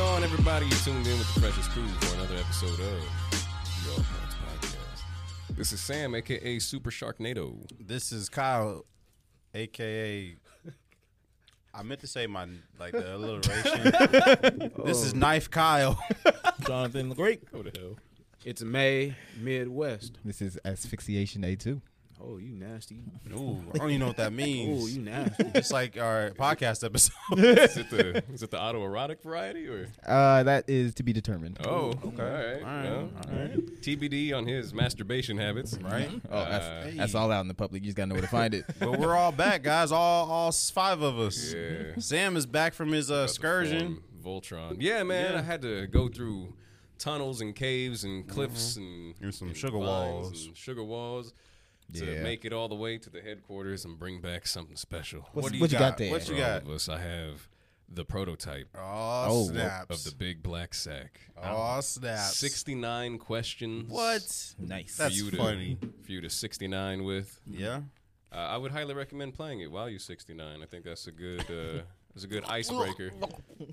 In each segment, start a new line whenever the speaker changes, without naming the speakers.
everybody. You tuned in with the Precious Crew for another episode of Your Points Podcast. This is Sam, aka Super Sharknado.
This is Kyle, aka. I meant to say my like the alliteration. This is Knife Kyle.
Jonathan the Great.
Go to hell.
It's May Midwest.
This is asphyxiation A two.
Oh, you nasty.
Ooh, I don't even know what that means.
Oh, you nasty.
It's like our podcast episode.
Is it the is it the autoerotic variety or?
Uh, that is to be determined.
Oh, okay, all right,
All
yeah. TBD on his masturbation habits.
Right?
Mm-hmm.
Oh, that's,
Uh,
that's
hey.
all out in the public. You just gotta know where to find it.
But we're all back, guys. All all s- five of us.
Yeah.
Sam is back from his uh, excursion.
Form Voltron. Yeah, man.
Yeah.
I had to go through tunnels and caves and cliffs and,
And some
and
sugar
vines
walls.
and sugar walls to
Yeah.
make it all the way to the headquarters and bring back something special.
What's-
do
what you got there?
What
For
you
all
got?
of us, I have the prototype
Oh,
Oh,
of
snaps!
the big black sack.
oh snaps!
69 questions.
What?
nice.
For
That's
you to,
funny.
For you to 69 with.
Yeah.
Uh, I would highly recommend playing it while you're 69. I think that's a good uh, that's a good icebreaker.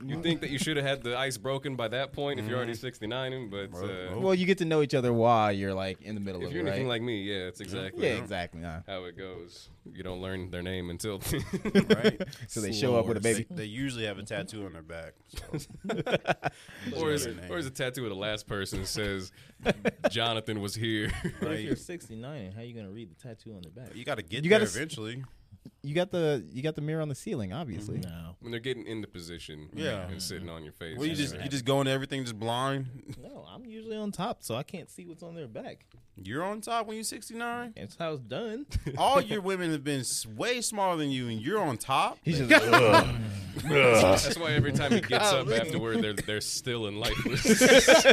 You think that you should have had the ice broken by that point if you're
Mm-hmm.
already 69, but
oh,
uh,
well, you get to know each other while you're like in the middle
if
of
you're
it, right?
anything like me, yeah, it's exactly
yeah, exactly. Nah.
how it goes. You don't learn their name until
Right.
So they show up with a
They,
baby.
they usually have a tattoo on their back. So.
or is,
Their name.
or is a tattoo of the last person that says Jonathan was here.
If you're
Right.
69, how you gonna read the tattoo on the back?
You got to get
You
there
gotta s-
eventually.
You got the you got the mirror on the ceiling, obviously.
No,
when they're getting into position,
Yeah.
and sitting on your face.
Well, you just you just go into everything just blind.
no, I'm usually on top, so I can't see what's on their back.
You're on top when you're 69.
That's how it's done.
All your women have been s- way smaller than you, and you're on top.
He's just like, "Ugh."
That's why every time he gets up afterward, they're they're still and lifeless.
just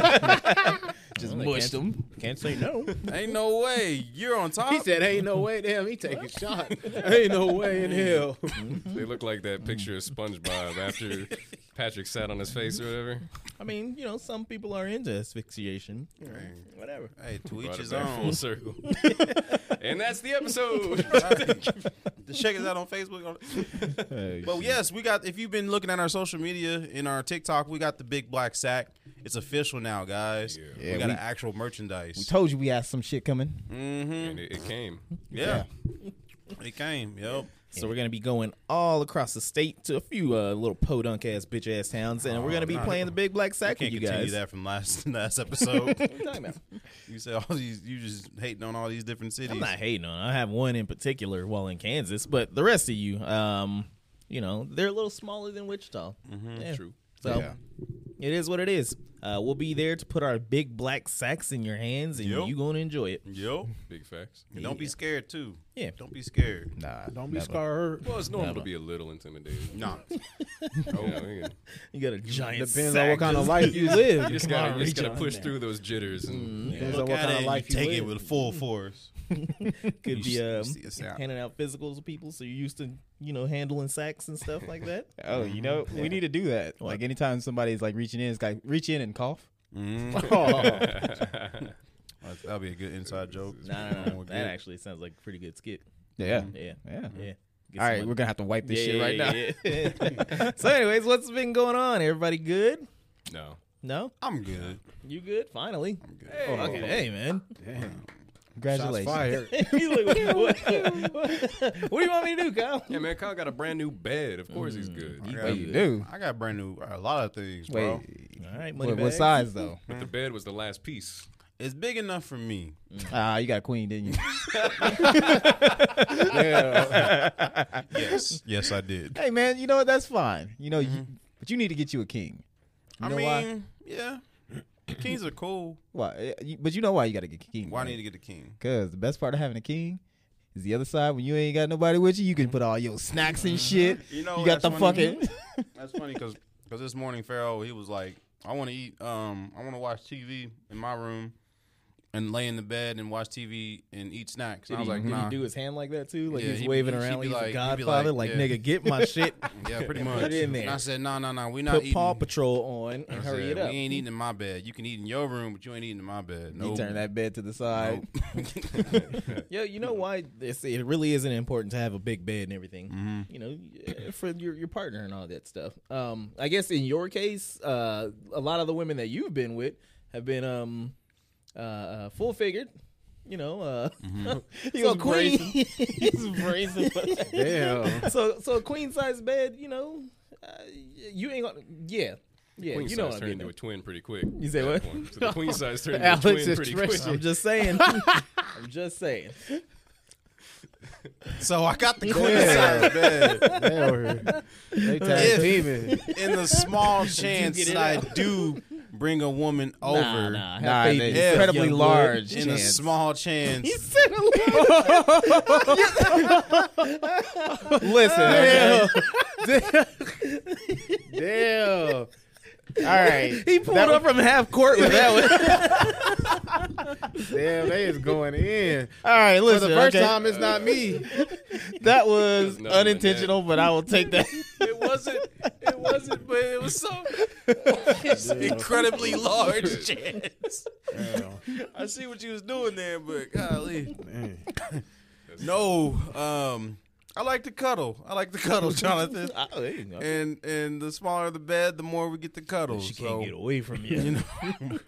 Well, they
mushed
can't-
him.
Can't say no.
Ain't no way you're on top.
He said, "Ain't no way, damn, he take a shot. Ain't no way in hell."
they look like that picture of SpongeBob after Patrick sat on his face or whatever.
I mean, you know, some people are into asphyxiation. Whatever.
"Hey, to each
Brought it
his
back full
own."
circle. and that's the episode.
The check us out on Facebook. But yes, we got. If you've been looking at our social media in our TikTok, we got the big black sack. It's official now, guys.
Yeah,
we got
we-
an actual merchandise.
we told you we had some shit coming.
mm-hmm.
and it, it came.
Yeah. it came. Yep.
So we're gonna be going all across the state to a few uh, little podunk ass bitch ass towns, and we're gonna be
nah.
playing the big black
I
sack with
can't
you
continue
guys.
that from last last episode.
What are you talking about?
you said all these. You just hating on all these different cities.
I'm not hating on. it. I have one in particular while in Kansas, but the rest of you, um, you know, they're a little smaller than Wichita. Yeah.
True.
So
Yeah.
it is what it is. Uh, we'll be there to put our big black sacks in your hands, and
Yep.
you gonna enjoy it.
Yo.
Big facts.
And don't be
Yeah.
scared too.
Yeah.
Don't be scared.
Nah,
Don't be
never.
scared.
Well, it's normal to be a little intimidated.
Nah.
Oh, yeah.
You got a giant.
Depends
sack
on what kind of
just-
life you live.
You just
Come
gotta,
on,
you just
reach
gotta
on
push
that.
through those jitters and
Depends on
Look at
what kind
it
of
and
life
you take
live.
it with full force.
could
You s-
be
you
um,
see us out.
handing out physicals to people, so you're used to you know handling sacks and stuff like that.
Oh, you know, we need to do that. Like anytime somebody's like reaching in, it's like reach in and cough.
Mm-hmm.
Oh.
Mm-hmm.
That's- That'll be a good inside joke.
Nah, nah, nah, that actually sounds like a pretty good skit.
Yeah.
Yeah,
Mm. Yeah.
yeah. Get
All right,
somebody-
we're gonna have to wipe this
Yeah,
shit right now.
yeah, yeah. so, anyways, what's been going on? Everybody good?
no.
No,
I'm good.
you good? Finally.
Hey.
Oh, okay. Hey, man.
Damn. Shots
Congratulations.
fired.
He's like, what, what- what do you want me to do, Kyle?
Yeah, man, Kyle got a brand new bed. Of course he's good.
I
Wait,
got,
Oh, you do.
I got brand new a lot of things,
Wait,
bro.
All right, money
what, what
bags.
size though?
But the bed was the last piece.
It's big enough for me.
Ah, you got a queen, didn't you?
Yes. yes, I did.
hey man, you know what? That's fine. You know, you, but you need to get you a king.
Mm-hmm.
You
I
know
mean,
why?
yeah. Kings are cool.
Why? eh, you- But you know why you got to get a king?
Why I need to get a king?
Because the best part of having a king is the other side. When you ain't got nobody with you, you can put all your snacks and shit.
Mm-hmm. You know
you got
that's
the
funny.
fucking.
That's funny because this morning Pharaoh he was like, I want to eat. Um, I want to watch TV in my room, and lay in the bed and watch TV and eat snacks. And
Did
I was
he,
like,
did
nah.
he do his hand like that too? Like
Yeah,
he's
he-
waving
he-
around
he'd
like
be
he's a
like- he'd be
godfather.
like,
Like,
yeah.
nigga, get my shit.
Yeah, pretty much.
it in
And
there.
I said, no, no, no, we're not
Put
eating.
Paw Patrol on and
I
hurry
said,
it up.
We ain't eating in my bed. You can eat in your room, but you ain't eating in my bed. No.
You turn that bed to the side.
Yo, you know why it's, it really isn't important to have a big bed and everything.
Mm-hmm.
You know, eh, for your your partner and all that stuff. Um, I guess in your case, uh, a lot of the women that you've been with have been um, uh, uh full figured. You know, uh,
Mm-hmm.
he
So
was
queen.
brazen. he was brazen.
Damn.
so so a queen size bed. You know, uh, you ain't gonna. Yeah, yeah.
Queen
you
size
know what I
turned
mean.
into
though.
a twin pretty quick.
You say
at that
what?
point. So the queen size turned into a
Alex
twin
is
pretty quick.
trashing.
I'm just saying. I'm just saying.
So I got the queen size bed.
They over here. They tag
If-
teaming.
In the small chance that I do bring a woman over.
Nah, nah.
Nah,
Have faith
they-
in
Yeah.
yourself,
incredibly
young boy.
large
In a
chance.
small chance.
Listen, okay?
Damn. All right.
He pulled up from half court with that one.
Damn, they is going in.
all right,
For
listen.
the first
okay?
time, it's not me.
that was
There's nothing in that.
unintentional, but I will take that.
It wasn't. It wasn't, but it was so incredibly large chance. I see what you was doing there, but golly, no. Um, I like to cuddle. I like to cuddle, Jonathan.
Oh, there you go.
And and the smaller the bed, the more we get to cuddle.
She
so,
can't get away from you.
You know,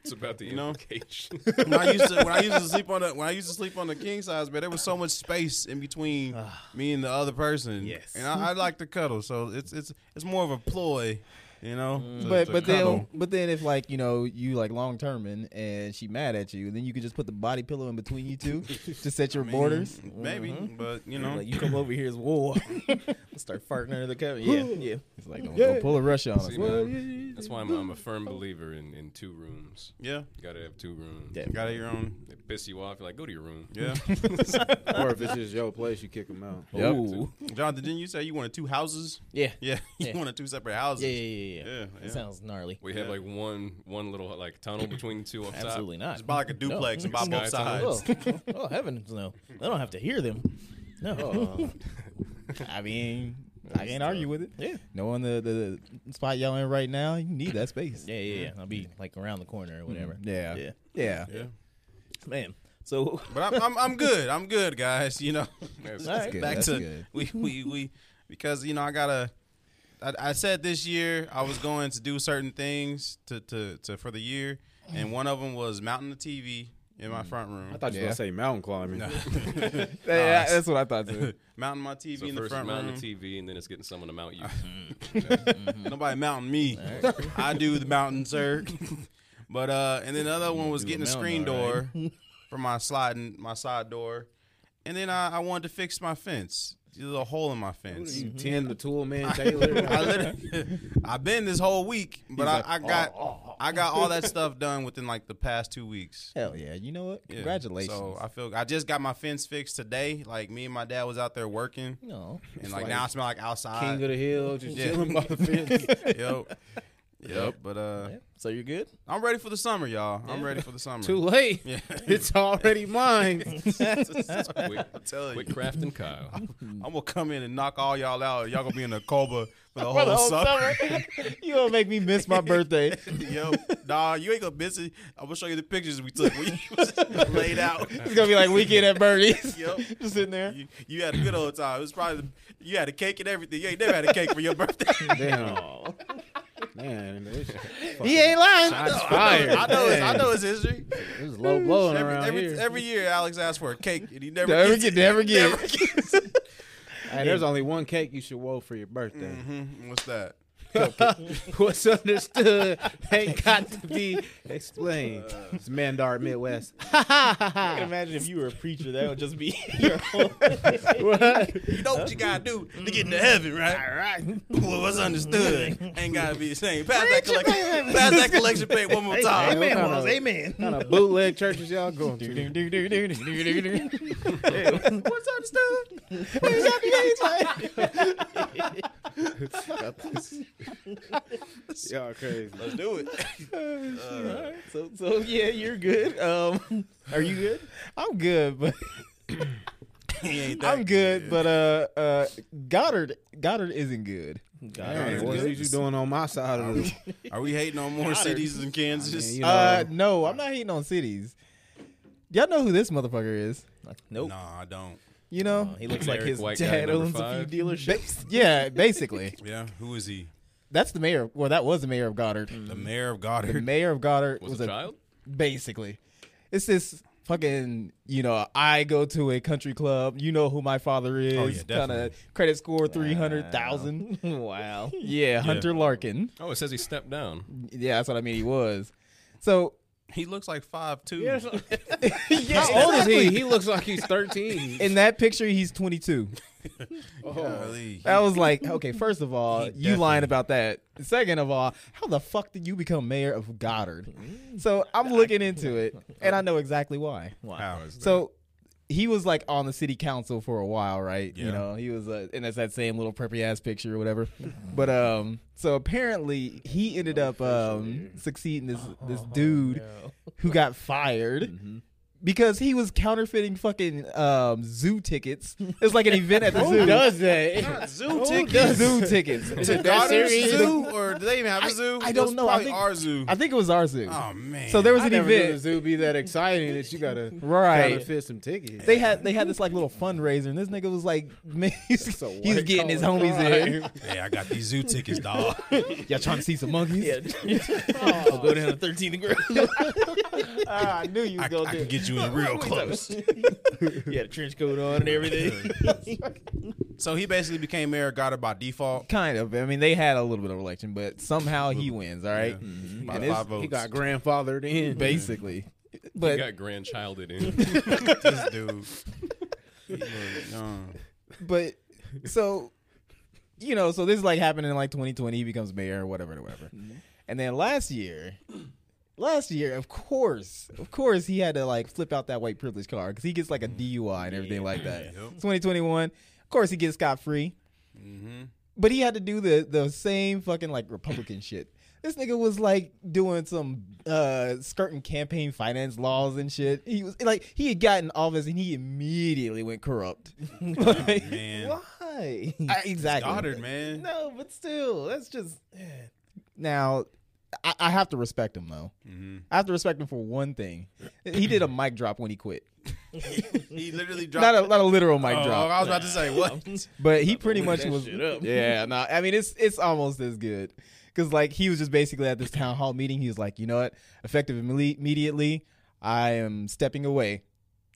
It's about the
know?
implication.
when I used to when I used to sleep on the when I used to sleep on the king size bed, there was so much space in between me and the other person.
Yes.
and I, I like to cuddle, so it's it's it's more of a ploy, you know.
Mm.
to-
But
to
but
cuddle.
then but then if like you know you like long terming and she mad at you, then you can just put the body pillow in between you two to set your
I mean,
borders.
maybe, but you know,
Mm-hmm. Like you come over here, it's war. Start farting under the cover. Yeah, yeah.
It's like don't, don't pull a rush on us.
See, man, that's why I'm, I'm a firm believer in, in two rooms.
yeah,
You gotta have two rooms.
Yeah.
you got your own.
They piss you off. You're like, go to your room.
Yeah,
Or if it's just your place, you kick them out.
Yep.
Ooh.
Jonathan, didn't you say you wanted two houses?
Yeah.
Yeah, you
Yeah.
wanted two separate houses.
Yeah, yeah, yeah, yeah.
Yeah,
That
yeah.
sounds gnarly.
We have like one one little like tunnel between the two up top.
Absolutely not.
Just buy like a duplex and buy both
Sky tunnel.
sides.
Oh, oh, heavens no. I don't have to hear them. No.
I mean, I can't argue with it.
yeah.
Knowing the, the the spot y'all in right now, you need that space.
Yeah, yeah, yeah. I'll be like around the corner or whatever.
Yeah.
Yeah.
Yeah.
Man. So
But I'm, I'm I'm good. I'm good, guys. You know,
That's
Alright.
good.
back
That's
to
good.
we we we because you know I gotta. I, I said this year I was going to do certain things to to, to for the year, and one of them was mounting the TV in my front room.
I thought you were going to
Yeah.
say mountain climbing.
Yeah, that's what I thought too.
mounting my TV
So
in the
first
front
mount
room.
the TV, and then it's getting someone to mount you.
Nobody mounting me. I do the mountain, sir. but uh, and then the other one was
do
getting a
a
screen
mountain, all
door for my sliding my side door, and then I, I wanted to fix my fence. There's a hole in my fence.
You Ten, the tool man Taylor.
I literally, I've been this whole week, but I, I got
"Oh,
I got all that stuff done within like the past two weeks.
Hell yeah! You know what?
Yeah.
Congratulations.
So I feel I just got my fence fixed today. Like me and my dad was out there working,
no.
and like, now I smell like
King
outside.
of the hill, just
Yeah.
chilling by the fence.
Yep. Yep, but uh,
So you're good?
I'm ready for the summer, y'all. I'm ready for the summer.
Too late.
Yeah.
It's already mine.
quick,
I'm telling
quick
you,
craft and Kyle.
I'm gonna come in and knock all y'all out. Y'all gonna be in a cobra for the whole, summer.
you gonna make me miss my birthday?
Yo, nah, you ain't gonna miss it. I'm gonna show you the pictures we took when you was laid out.
It's gonna be like weekend at Birdie's.
Yep.
Just sitting there.
You, you had a good old time. It was probably the, you had a cake and everything. You ain't never had a cake for your birthday.
Damn. Oh. Man, this
He ain't lying.
shots
I
fired.
know, I know, it's, I know it's history.
It was low blowing
Every,
around
every,
here.
every year, Alex asks for a cake and he never
Never
gets
get,
it.
never get.
hey, there's only one cake you should woe for your birthday.
Mhm. What's that?
What's understood ain't got to be explained. Uh, It's Mandar Midwest.
I can imagine if you were a preacher, that would just be your whole
You know what you gotta do to get into heaven, right? All right. Well, what's understood ain't gotta be the same. Pass that collection. Pass that collection plate one more time.
Amen,
was, amen.
Kind of bootleg churches y'all going to.
What's understood?
Y'all crazy.
Let's do it.
Alright, So, so yeah, you're good. Um, are you good?
I'm good, but
He ain't that
I'm good, but uh, uh, Goddard Goddard isn't good.
Hey,
Alright,
what
good.
is you doing on my side of the
Are we hating on more cities in Kansas?
Man, you
Uh,
know,
no, I'm not hating on cities. Y'all know who this motherfucker is?
Nope.
Nah, I don't.
You know?
He looks like
Generic
his
white guy
dad
number
owns a
five.
few
Ba-
dealerships.
yeah, basically.
Yeah, who is he?
That's the mayor. Well, that was the mayor of Goddard.
The mayor of
The
Goddard.
mayor of Goddard
Was,
was
a
a
child?
basically. It's this fucking, you know, I go to a country club, you know who my father is.
yeah,
kind
definitely.
of credit score 300,000.
wow.
Yeah, Hunter Larkin.
Oh, it says he stepped down.
Yeah, that's what I mean he was. So,
He looks like five two.
yeah,
how old is he?
exactly.
He looks like he's thirteen.
In that picture, he's 22.
Oh.
That was like, okay, first of all, you lying about that. Second of all, how the fuck did you become mayor of Goddard? So I'm looking into it, and I know exactly why.
How is
So he was like on the city council for a while, right?
Yeah.
You know, he was, uh, and that's that same little preppy ass picture or whatever. but um, so apparently he ended up um succeeding this this dude who got fired.
Mm-hmm.
Because he was counterfeiting fucking um, zoo tickets. It was like an event at the zoo.
Who does that?
zoo
The
tickets?
zoo tickets.
Is
To
it that
Goddard's
serious?
zoo, or do they even have a zoo?
I don't
It's
know. I
Probably
think-
our zoo.
I think it was our zoo.
oh man.
so there was
I
an
never knew the
event,
zoo be that exciting that you gotta
Right.
gotta fit some tickets.
They had they had this like little fundraiser, and this nigga was like, man, he's,
It's a
he was
white
getting his
collar
homies in.
crime.
Hey, I got these zoo tickets, dog.
Y'all trying to see some monkeys?
I'll go down to 13th grade.
Ah, I knew you
I,
was
I
gonna do.
can
it.
get you in real close.
he had a trench coat on and everything.
so he basically became mayor of Goddard by default.
Kind of. I mean, they had a little bit of election, but somehow he wins. All right,
By
And it's-
five votes.
Mm-hmm. He got grandfathered in.
basically.
He
But
got grandchilded in.
this dude. He was, um,
but so you know, so this is like happening in like 2020. He becomes mayor, or whatever, or whatever. And then last year, last year, of course, of course, he had to like flip out that white privilege card because he gets like a DUI and everything like that.
Yep.
2021, of course, he gets scot free.
mhm.
But he had to do the the same fucking like Republican shit. This nigga was like doing some uh skirting campaign finance laws and shit. He was like he had gotten office and he immediately went corrupt. Like,
Man.
Why? I- exactly.
Goddard, man.
No, but still, that's just now. I, I have to respect him though. I have to respect him for one thing. He did a mic drop when he quit.
He literally dropped.
Not a not a literal mic
Oh,
drop.
I was about to say what?
But he pretty
look
much
that
was.
shit up.
Yeah, no, I mean it's it's almost as good because like he was just basically at this town hall meeting. He was like, you know what, effective imme- immediately, I am stepping away.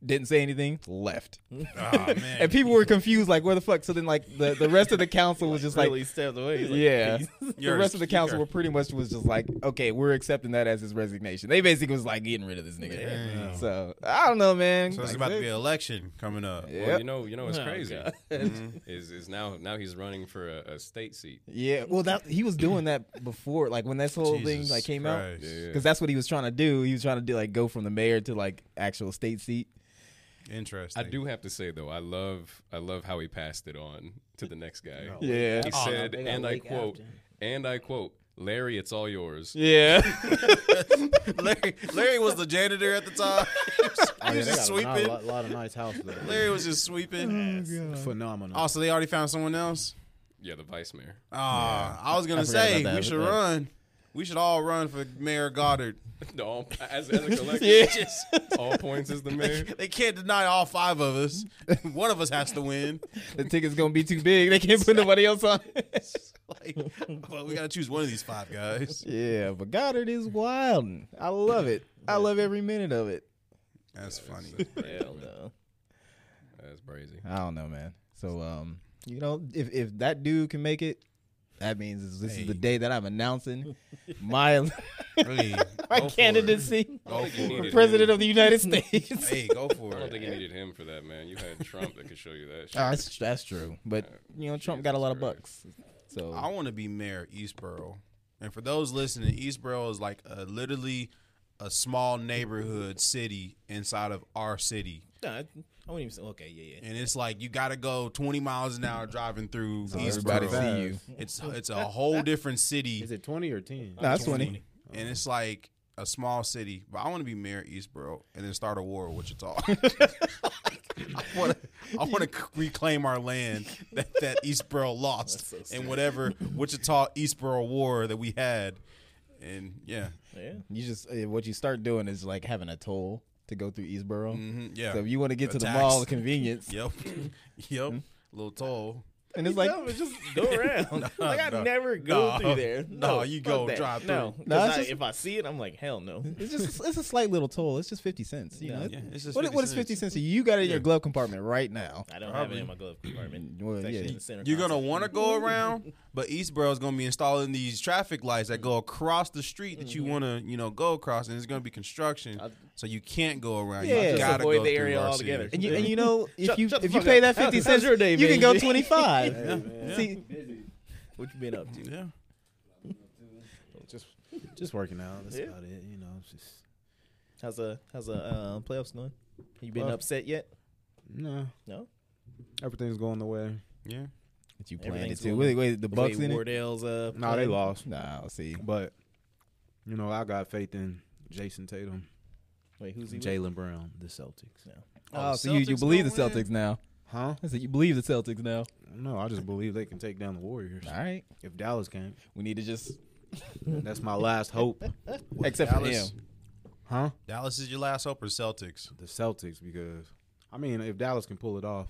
Didn't say anything, left,
Oh man.
and people were confused, like where the fuck. So then, like the, the rest of the council was just like,
really stepped away. He's like,
yeah.
"Peace."
the
You're
rest of the
a speaker.
council were pretty much was just like, okay, we're accepting that as his resignation. They basically was like getting rid of this nigga.
Damn.
So I don't know, man.
So it's
Like,
about to be an election coming up.
Yeah.
Well, you know, you know, it's
Oh,
crazy.
God.
Is is now now he's running for a, a state seat.
yeah, well, that he was doing that before, like when this whole thing
Jesus
like came out.
Christ.
Yeah.
because that's what he was trying to do. He was trying to do like go from the mayor to like actual state seat.
Interesting.
I do have to say though, I love I love how he passed it on to the next guy.
Yeah,
He
Oh, no,
said,
they gotta
and I
wake
quote,
after.
and I quote, Larry, it's all yours.
yeah.
Larry, Larry was the janitor at the time. he was,
Oh,
he was just
A
sweeping.
lot, lot of nice houses. there.
Larry was just
Mm.
sweeping.
Phenomenal.
Also, they already found someone else.
Yeah, the vice mayor.
Ah, I was gonna
I forgot
say
about that,
we should
but-
run. We should all run for Mayor Goddard.
No, as, as a collective,
Just-
all points is the mayor.
they can't deny all five of us. One of us has to win.
the ticket's gonna be too big. They can't put nobody else on. it.
Like, well, we gotta choose one of these five guys.
yeah, but Goddard is wild. I love it. I love every minute of it.
That's funny.
Hell no.
That's crazy.
I don't know, man. So um, you know, if if that dude can make it, that means this is the
Hey.
day that I'm announcing my
Hey, go
my
for it.
candidacy
I don't
Go
think
for
you
it.
needed
president
him.
of the United States.
Hey, go for
I don't
it.
think you needed him for that, man. You had Trump that could show you that. Shit.
Ah, that's that's true, but you know, Trump got a lot of bucks. So
I want to be mayor of Eastboro. And for those listening, Eastboro is like a, literally a small neighborhood city inside of our city.
No, I, I wouldn't even say. Okay, yeah, yeah.
and it's like you got to go 20 miles an hour driving through
everybody
Eastboro.
see you.
It's it's a whole different city,
Is it 20 or 10?
No, that's funny.
and it's like a small city. But I want to be mayor of Eastboro and then start a war with Wichita. I want to I want to reclaim our land that that Eastboro lost
That's so
in whatever Wichita Eastboro war that we had. And yeah,
Yeah.
You just uh, what you start doing is like having a toll to go through Eastboro.
hmm yeah,
So if you Hmm? want to get to the
Attacks.
mall, of convenience,
yep, yep, little toll.
and it's like
no, it's just go around. like I
no.
never go
No.
through there.
No,
No,
you
fuck
go
that.
drive
No,
through.
No,
'cause
it's
I-
just-
if I see it, I'm like, hell no.
it's just it's a slight little toll. It's just fifty cents. You
Yeah.
know,
Yeah, it's just
what,
50
what is
cents.
fifty cents? You got it in your glove compartment right now.
I don't have
Probably.
it in my glove compartment.
Well,
It's
yeah.
actually in the center
You're gonna
console.
want to go around, but Eastboro's gonna be installing these traffic lights that
Mm-hmm.
go across the street that you want to, you know, go across, and it's gonna be construction,
Mm-hmm. I-
so you can't go around.
Yeah.
you
Just
gotta
avoid
go
the
through
area
our
altogether.
city.
And you, and you know if
Shut-
you
shut the
if you
fuck
pay
up.
that
How's-
fifty
how's
cents,
your day
you
been,
can go
G?
twenty five.
Yeah,
See,
What you been up to?
yeah.
Just, just working out. That's
Yeah.
about it. You know, it's just
How's a how's a uh, playoffs going? You been
Well-
upset yet?
no,
No.
everything's going the way.
yeah,
that you planned it
Everything's
too.
going
Wait, wait, the
The
Bucks
way
in it?
Wardell's uh.
No, they
playing?
lost,
Nah, see.
Oh,
but you know, I got faith in Jason Tatum,
Wait, who's he? with?
Jalen Brown, the Celtics.
Oh,
the
so you, you
Celtics
believe the
gonna win?
Celtics now?
Huh?
I said you believe the Celtics now.
No, I just believe they can take down the Warriors
All right,
if Dallas can.
we need to just
That's my last hope.
except
Dallas.
for him.
Huh?
Dallas is your last hope, or Celtics?
The Celtics because I mean, if Dallas can pull it off,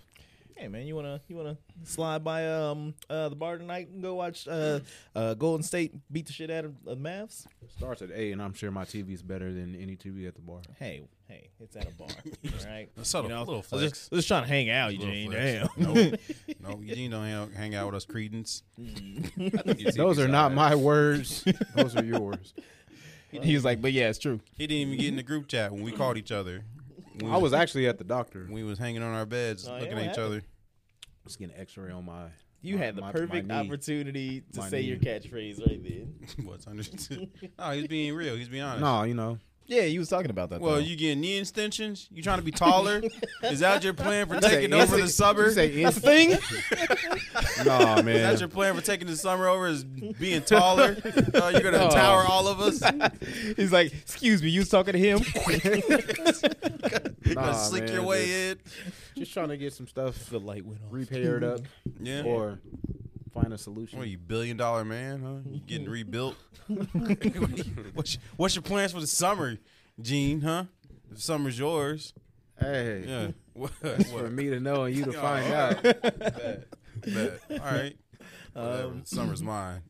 Hey man, you wanna you wanna slide by um uh the bar tonight and go watch uh uh Golden State beat the shit out of the Mavs?
it starts at eight, and I'm sure my TV's better than any TV at the bar.
Hey, hey, it's at a bar, all right?
A subtle- little
I was
flex.
just, I was just trying to hang out,
Little
Eugene. Damn.
flex. No, no, Eugene don't hang out, hang out with us. Credence.
Those are not my words. Those are yours.
He was like, but yeah, it's true.
He didn't even get in the group chat when we called each other. When
I was actually at the doctor.
we was hanging on our beds,
Oh, yeah,
looking
what
at each other.
Just getting X-ray on my.
You
my-
had the
my- my
perfect
knee.
opportunity to
My
say
knee.
your catchphrase right then.
What's understood? No, he's being real. He's being honest.
No, you know,
Yeah, you was talking about that.
Oh.
Well,
though.
you getting knee extensions? You trying to be taller? Is that your plan for taking
that's
over
a-
the summer? Is
say
that's the thing.
nah, man.
that your plan for taking the summer over? Is being taller? Oh, you're gonna tower all of us? You're
He's like, excuse me, you was talking to him.
gonna
Nah,
slick
man,
your way in?
Just, just trying to get some stuff
The light went off.
repaired up
Yeah.
or find a solution.
what are you billion dollar man? Huh? You getting rebuilt? what's, your, what's your plans for the summer, Gene? Huh? If summer's yours,
Hey,
yeah. What?
for
what?
me to know and you to
Oh,
find
all
out.
Bet. All right. Whatever.
Um,
summer's mine.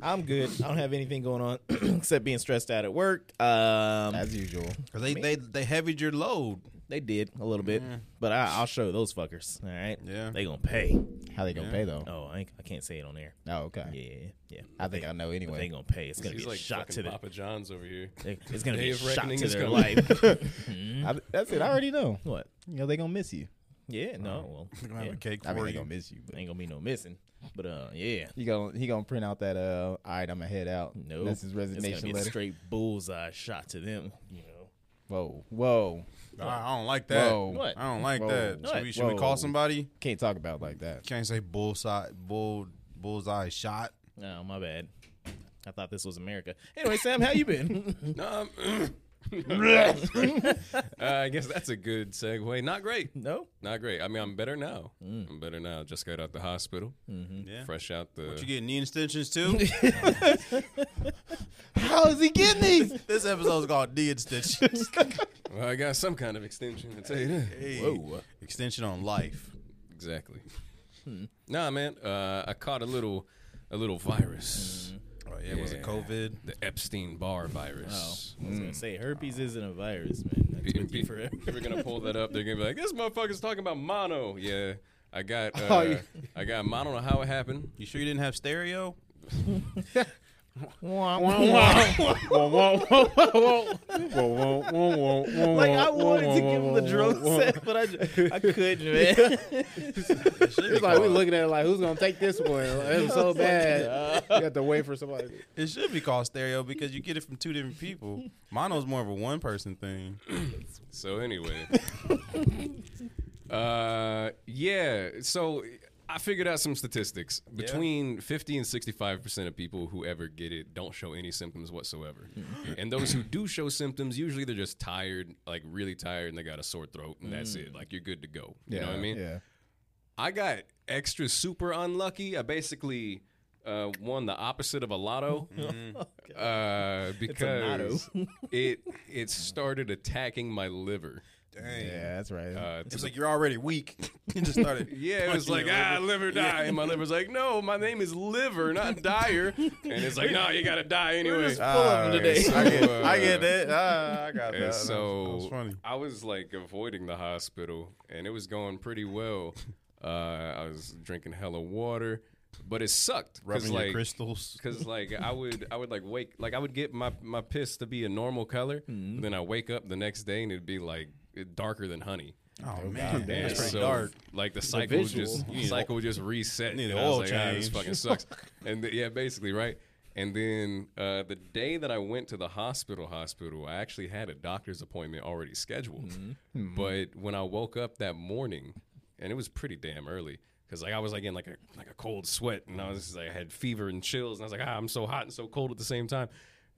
I'm good. I don't have anything going on except being stressed out at work. Um,
As usual.
Cause they they they heavied your load.
they did a little bit, but I, I'll show those fuckers. All right.
Yeah.
They gonna pay.
How they gonna
Yeah.
pay though?
Oh, I, ain't- I can't say it on air.
Oh, okay.
Yeah, yeah.
I think I know
But they
anyway.
gonna pay. It's gonna
He's
be a
like
shot
shot
to their.
Papa John's over here.
It's gonna
Day
be a
of
shot
reckoning
to
is
their
coming.
life.
I, that's it. I already know.
what?
You know they gonna miss you.
Yeah. No. Well,
Uh-huh.
They're gonna have
yeah.
a cake
I mean,
for
they
you.
gonna miss you. But
ain't gonna be no missing. But uh, yeah.
he gonna he gonna print out that uh. All right, I'm gonna head out.
No.
that's his
it's
resignation
gonna be a
letter.
straight bullseye shot to them. You know.
Whoa, whoa,
I I don't like that.
whoa.
What?
I don't like
Whoa.
that.
What?
Should, we, should we
Whoa.
call somebody?
Can't talk about it like that.
Can't say bullseye, bull, bullseye shot.
Oh, my bad. I thought this was America. Anyway, Sam, how you been?
Um, uh, I guess that's a good segue. Not great.
no.
Not great. I mean, I'm better now.
Mm.
I'm better now. Just got out the hospital.
Yeah.
Fresh out the.
You getting knee extensions too?
How is he getting these?
this episode's called knee extensions.
Well, I got some kind of extension. I tell you that.
Hey, Extension on life.
Exactly.
Hmm.
Nah, man. Uh, I caught a little, a little virus.
Mm.
Oh yeah, was it
Yeah.
COVID?
The Epstein Barr
Oh,
virus.
I was
Mm.
gonna say herpes isn't a virus, man. That's with you forever.
If we're gonna pull that up, they're gonna be like, "This motherfucker's talking about mono." Yeah, I got, uh,
Oh, yeah.
I got mono. I don't know how it happened.
You sure you didn't have stereo?
Like
Like I wanted to give him the drone set, but I, ju- I couldn't, man.
It's like we looking at it like who's gonna take this one? Like, it was so
Oh
bad. You have to wait for somebody.
It should be called stereo because you get it from two different people. Mono's more of a one person thing.
So anyway, uh, yeah. So I figured out some statistics. Between 50 and 65 percent of people who ever get it don't show any symptoms whatsoever,
Mm-hmm.
and those who do show symptoms, usually they're just tired, like really tired, and they got a sore throat, and that's it. Like you're good to go. You know what I mean?
Mm. Yeah.
I got extra super unlucky. I basically uh, won the opposite of a lotto
Mm-hmm.
uh, because it it started attacking my liver.
Dang.
Yeah, that's right.
Uh, to
It's
the-
like you're already weak. you just started.
yeah, it was like
punching your
ah,
liver.
liver die, and my liver's like, no, my name is Liver, not Dyer, and it's like, no, you gotta die anyway.
Ah,
today.
I get,
So, uh,
I get that. Ah, I got that.
And
That was- that
so
was funny.
I was like avoiding the hospital, and it was going pretty well. Uh, I was drinking hella water, but it sucked. 'cause,
Rubbing your
like,
crystals.
Cause like I would I would like wake like I would get my my piss to be a normal color,
Mm-hmm.
but then I wake up the next day and it'd be like it- darker than honey.
Oh man,
And
that's pretty
so,
dark.
Like the cycle
visual.
just
You need
cycle just reset.
need
and
an
I was
oil
like, ah, this
change."
fucking sucks. and th- yeah, basically right. And then uh, the day that I went to the hospital, hospital, I actually had a doctor's appointment already scheduled.
Mm-hmm.
But when I woke up that morning, and it was pretty damn early, because like I was like in like a like a cold sweat, and I was just, like I had fever and chills, and I was like, ah, I'm so hot and so cold at the same time.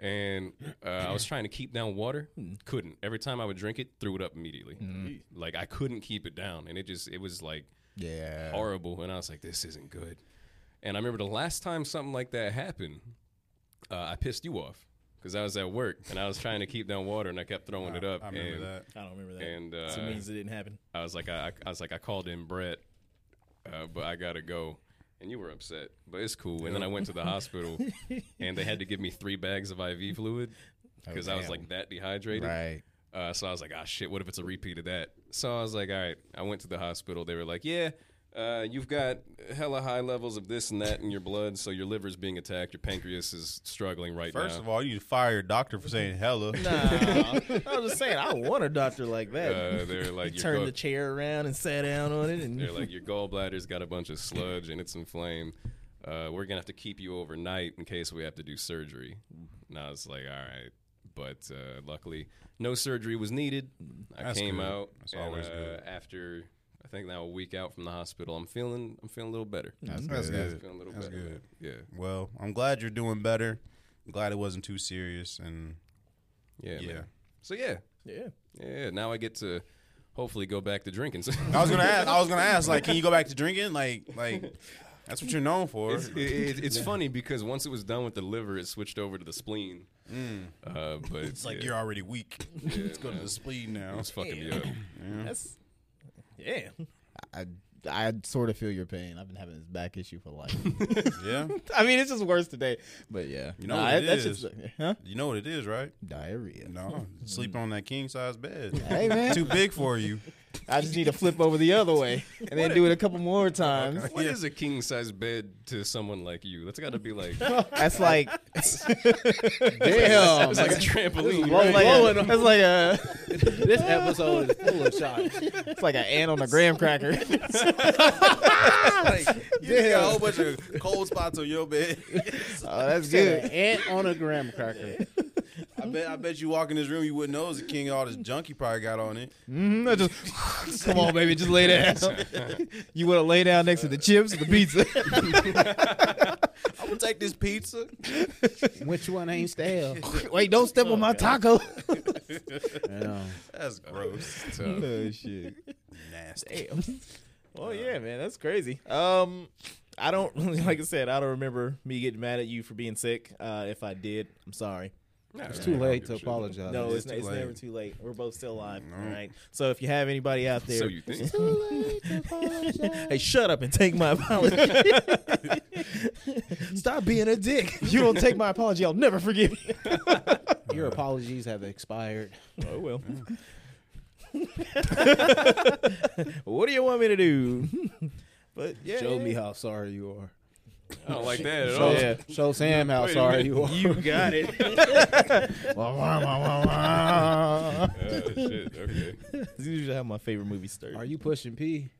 And uh, I was trying to keep down water,
Hmm.
couldn't. Every time I would drink it, threw it up immediately.
Mm-hmm.
Like I couldn't keep it down, and it just it was like
yeah.
horrible. And I was like, this isn't good. And I remember the last time something like that happened, uh, I pissed you off because I was at work and I was trying to keep down water and I kept throwing it up.
I remember
and,
that.
I don't remember that.
And uh,
so it means it didn't happen.
I was like, I, I was like, I called in Brett, uh, but I gotta go. And you were upset, but it's cool. And then I went to the hospital, and they had to give me three bags of IV fluid because I was like that dehydrated.
Right.
Uh, so I was like, ah, shit, what if it's a repeat of that? So I was like, all right. I went to the hospital. They were like, yeah, uh, you've got hella high levels of this and that in your blood. So your liver's being attacked. Your pancreas is struggling right
First
now.
of all, you fire your doctor for saying hella.
I was just saying, I want a doctor like that.
uh, they were like,
He
your
turned
gall-
the chair around and sat down on it, and
they're like, your gallbladder's got a bunch of sludge and it's inflamed. Uh, we're gonna have to keep you overnight in case we have to do surgery. And I was like, all right. But uh, luckily, no surgery was needed. I
That's
came
good.
out.
That's
and,
always
uh,
good.
After I think now a week out from the hospital, I'm feeling I'm feeling a little better.
That's
That's
good.
feeling a little
That's
better.
good.
Yeah,
Well, I'm glad you're doing better. I'm glad it wasn't too serious. And
yeah,
Yeah.
man. So yeah,
yeah,
yeah. Now I get to hopefully go back to drinking.
I was gonna ask. I was gonna ask. Like, can you go back to drinking? Like, like that's what you're known for.
It's, it, it, it's funny because once it was done with the liver, it switched over to the spleen. Uh, but
It's like
yeah.
you're already weak. Let's go to the spleen now.
It's fucking me up.
that's yeah.
I I sort of feel your pain. I've been having this back issue for life.
Yeah,
I mean, it's just worse today. But yeah,
You know
Nah,
what it
that
is.
shit's- huh?
you know what it is, right?
Diarrhea.
No, sleeping on that king size bed.
Hey man,
Too big for you.
I just need to flip over the other way and then do it a couple more times.
What is a king size bed to someone like you? That's got to be like
That's like,
Damn.
it's like a trampoline.
that's
right?
like a, that's like a
this episode is full of shots.
it's like an ant on a graham cracker.
Like, you just got a whole bunch of cold spots on your bed.
Oh, that's
Good.
good.
Ant on a graham cracker.
I bet. I bet you walk in this room, you wouldn't know it's a king. All this junk he probably got on it.
Mm, I just come on, baby, just lay down. you want to lay down next to the chips and the pizza?
I'm gonna take this pizza.
Which one ain't stale?
Wait, don't step on my taco.
Yeah.
That's gross.
It's tough.
oh shit.
Nasty.
Oh yeah, man, that's crazy. Um, I don't like I said, I don't remember me getting mad at you for being sick. Uh, if I did, I'm sorry.
Nah,
It's
man,
too
I don't
late
give
to
a shit.
apologize.
No,
it's
it's,
too
not, it's
late.
never too late. We're both still alive.
No.
All right. So if you have anybody out there,
So you think?
hey, shut up and take my apology. Stop being a dick.
You don't take my apology, I'll never forgive you.
Your apologies have expired.
Oh well. what do you want me to do? but yeah,
Show
yeah.
me how sorry you are.
I don't like that at
Show,
all.
Yeah.
show Sam how
Oh, Wait a
sorry
minute.
you are.
You got it.
Uh, shit, okay.
This is usually how my favorite movie starts.
Are you pushing P?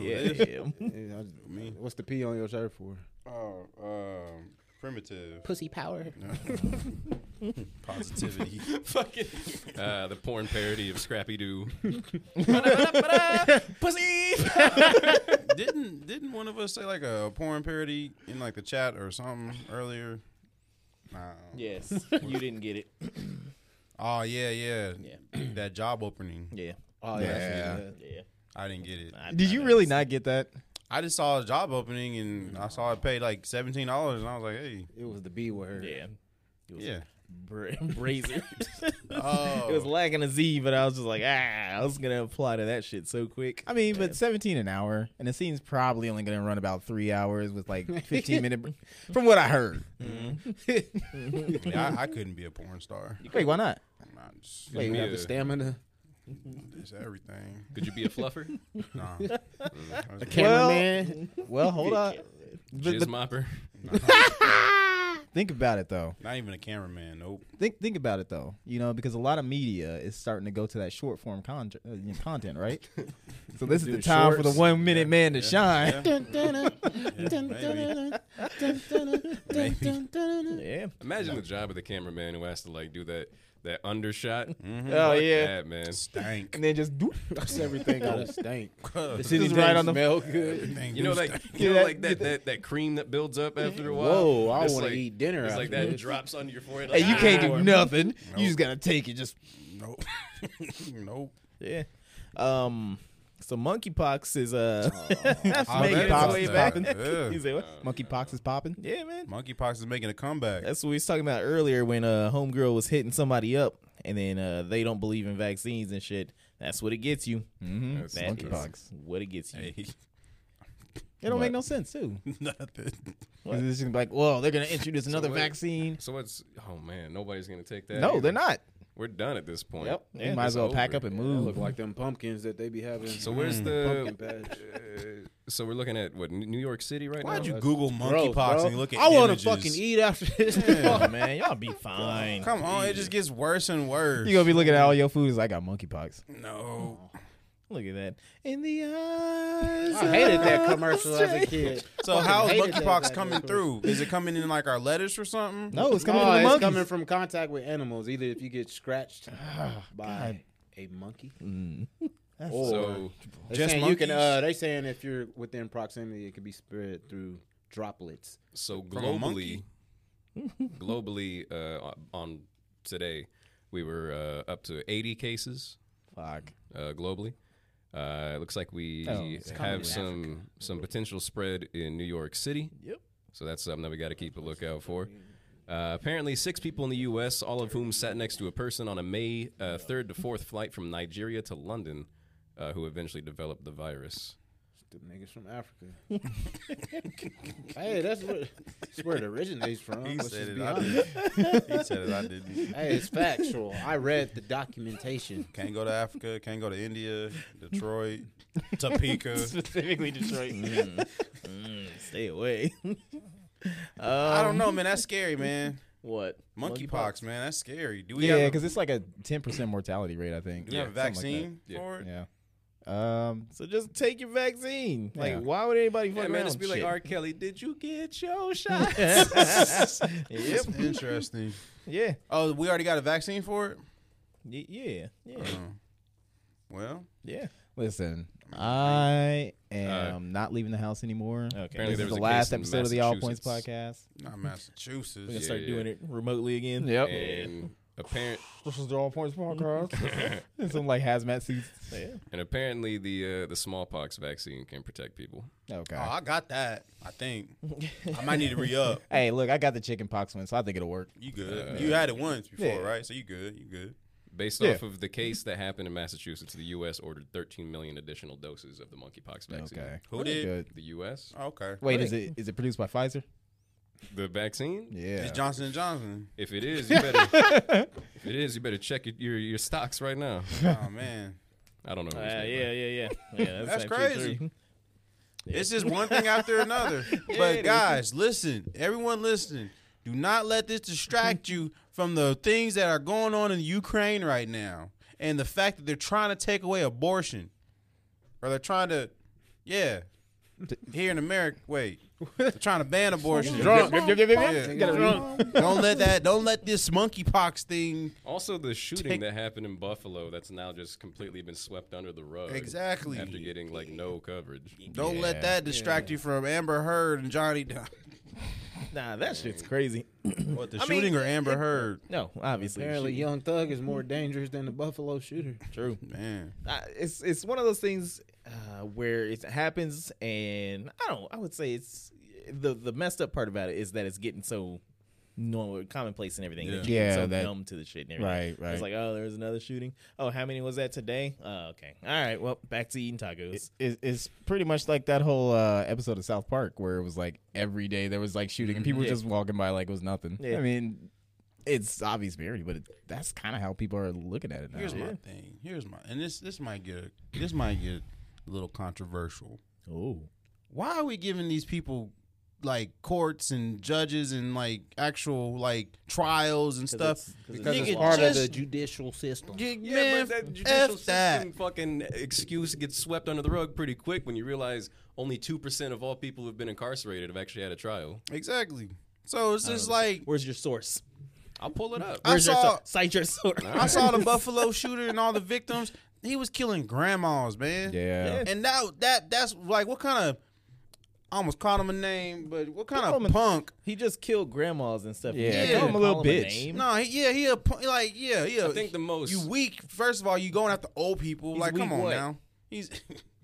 Yeah.
Yeah, I- What's the P on your shirt for?
Oh, um, primitive
Pussy power.
positivity.
Fucking uh, the porn parody of Scrappy Doo.
Pussy. didn't didn't one of us say like a porn parody in like the chat or something earlier? Nah.
Yes, you didn't get it.
Oh yeah, yeah. that job opening.
Yeah,
Oh
yeah.
yeah.
I didn't get it.
Did you really not get that?
I just saw a job opening and I saw it paid like seventeen dollars and I was like, hey,
It was the B word.
Yeah,
yeah.
Bra- brazier.
Oh,
it was lacking a Z, but I was just like, ah, I was gonna apply to that shit so quick.
I mean, but 17 an hour, and it seems probably only going to run about three hours with like 15 minute. br- From what I heard.
I, I couldn't be a porn star.
Wait, why not?
I'm not just,
Wait, you have the stamina.
it's everything.
Could you be a fluffer?
Nah. Mm, I was-
Cameraman.
Well, hold on. But,
Jizz
but
mopper?
think about it though.
not even a cameraman. Nope.
Think think about it though. You know, because a lot of media is starting to go to that short form con- uh, you know, content, right? so this is the time for the one minute man to shine.
Maybe.
Yeah,
Imagine the job of the cameraman who has to like do that that undershot.
Oh
Fuck
yeah.
that, man.
Mm-hmm. Stank.
And then just doop.
That's everything gotta stink.
Everything
Just
Anything
right on the
smell good.
You know,
do
like
stank.
you know,
that-
like that, that that cream that builds up after a while.
Whoa, Oh, I
It's
want to
like-
eat dinner.
It's
after
like that
this.
drops on your forehead.
Hey,
Like,
you can't do
"Ah!"
nothing.
Nope.
You just gotta take it. Just
Nope. nope.
yeah. Um, so monkeypox is uh making
Monkeypox
its
pops
way
now.
back.
Yeah.
You say what?
monkeypox is popping.
Yeah, man.
Monkeypox is making a comeback.
That's what we was talking about earlier when uh homegirl was hitting somebody up, and then uh they don't believe in vaccines and shit. That's what it gets you.
Mm-hmm.
That's
That is
monkeypox.
what it gets you.
Hey,
It don't
What?
make no sense too.
nothing.
'Cause It's just gonna be like, whoa, they're gonna introduce another
wait.
vaccine.
So it's oh man, nobody's gonna take that.
No,
either.
they're not.
We're done at this point.
Yep.
You might as
it's
well pack
over.
up and Mm.
That look
move.
like them pumpkins that they be having.
So where's
pumpkin
the?
patch.
Uh, so we're looking at what N- New York City right
Why'd
now.
you Google
Gross,
monkeypox
bro.
and look at
I wanna
images?
fucking eat after this.
Oh, man, y'all be fine.
Come on, it just gets worse and worse.
You gonna be looking at all your food is I got monkeypox.
no.
Look at that. In the eyes.
I hated that commercial as a kid.
So how is
hated that
monkeypox
goddamn
coming
food.
through? Is it coming in like our lettuce or something?
No, it's coming
Oh,
from the
it's
monkeys.
coming from contact with animals. Either if you get scratched
Ah,
by
God.
a monkey,
That's-
Mm.
or
So
they
just
saying you can.
monkeys?
Uh, they saying if you're within proximity, it can be spread through droplets.
so
From a
globally,
monkey?
globally uh, on today, we were uh, up to 80 cases
Fuck.
uh, globally. Uh, it looks like we
Oh, it's
coming
have
to
some some potential spread in New York City.
Yep.
So that's something that we got to keep a lookout for. Uh, apparently, six people in the U.S., all of whom sat next to a person on a May uh, 3rd to 4th flight from Nigeria to London, uh, who eventually developed the virus.
The niggas from Africa. hey, that's where, that's where it originates from.
He
Let's
said it.
just be
I
honest.
didn't. He said it. I didn't.
Hey, it's factual. I read the documentation.
Can't go to Africa. Can't go to India, Detroit, Topeka.
Specifically Detroit. Mm, stay away. Um,
I don't know, man. That's scary, man.
What?
Monkeypox, man. That's scary. Do we
Yeah,
have, a,
because it's like a ten percent mortality rate, I think.
do we have a
Something like that.
vaccine
Yeah.
for it?
yeah. Um.
So just take your vaccine. Like,
Yeah.
why would anybody fuck
Yeah,
around
man, just be
with
like,
shit?
R. Kelly, did you get your shot?
It's interesting.
Yeah.
Oh, we already got a vaccine for it. Oh.
Y- yeah, yeah,
Well,
yeah.
Listen, I am not leaving the house anymore.
Okay,
Apparently
This
there
is
was a
the last
case in
episode of the All Points podcast.
Massachusetts. not Massachusetts.
we're gonna start
yeah.
doing it remotely again.
Yep.
And apparent
This is the All Points podcast. and some like hazmat suits.
and apparently the uh, the smallpox vaccine can protect people.
Okay.
Oh, I got that. I think I might need to re up.
Hey, look, I got the chicken pox one, so I think it'll work.
You good? you had it once before,
yeah.
right? So you good? You good?
Based
Yeah.
off of the case that happened in Massachusetts, the U.S. ordered 13 million additional doses of the monkeypox vaccine.
Okay.
Who did? Oh,
Good.
The U.S.
Okay.
Wait, is it is it produced by Pfizer?
The vaccine?
Yeah.
It's Johnson and Johnson.
If it is, you better. if it is, you better check your your, your stocks right now.
oh man,
I don't know. who
Uh,
it's made
yeah,
by.
yeah, yeah, yeah.
That's
actually
crazy.
true.
It's just one thing after another. But guys, listen, everyone listening, do not let this distract you from the things that are going on in Ukraine right now and the fact that they're trying to take away abortion. Or they're trying to yeah. Here in America, wait. They're trying to ban abortion. Yeah. Don't let that don't let this monkeypox thing
Also, the shooting
Take-
that happened in Buffalo that's now just completely been swept under the rug.
Exactly.
After getting like no coverage.
Don't let that distract you from Amber Heard and Johnny Depp.
Nah, that shit's crazy.
What the
I mean,
shooting or Amber Heard?
No, obviously.
Apparently,
she-
Young Thug is more dangerous than the Buffalo Shooter.
True.
Man,
Uh, it's it's one of those things uh, where it happens, and I don't. I would say it's the the messed up part about it is that it's getting so normal, commonplace, and everything. That you
Yeah,
get so
that-
numb to the shit and everything.
Right, right.
It's like, oh, there's another shooting. Oh, how many was that today? Oh, okay. All right. Well, back to eating tacos.
It, it's pretty much like that whole uh, episode of South Park where it was like every day there was like shooting and people were
Yeah.
just walking by like it was nothing.
Mm-hmm. Yeah.
I mean, it's obvious parody, but it, that's kind of how people are looking at it now.
here's my thing. Here's my and this this might get this might get a little controversial.
oh,
Why are we giving these people like courts and judges and like actual like trials and stuff?
Because it's
Nigga,
part of
just-
the judicial system.
Yeah,
Yeah,
man,
but that
F
judicial
that.
system fucking excuse gets swept under the rug pretty quick when you realize only 2% of all people who've been incarcerated have actually had a trial.
Exactly. So it's
Oh.
just like
where's your source?
I'll pull it up.
I
Where's your
saw-
source? Cite your source.
I saw the Buffalo shooter and all the victims. He was killing grandmas, man.
Yeah.
And now that that's like what kind of I almost called him a name, but what kind
Call him a-
of punk?
He just killed grandmas and stuff.
Yeah,
You
call
can't
him
a little bitch.
name.
No, he, yeah, he a punk, like yeah, yeah.
I think the most.
you weak. First of all, you going after old people.
He's
like, come
weak
on
what?
now. He's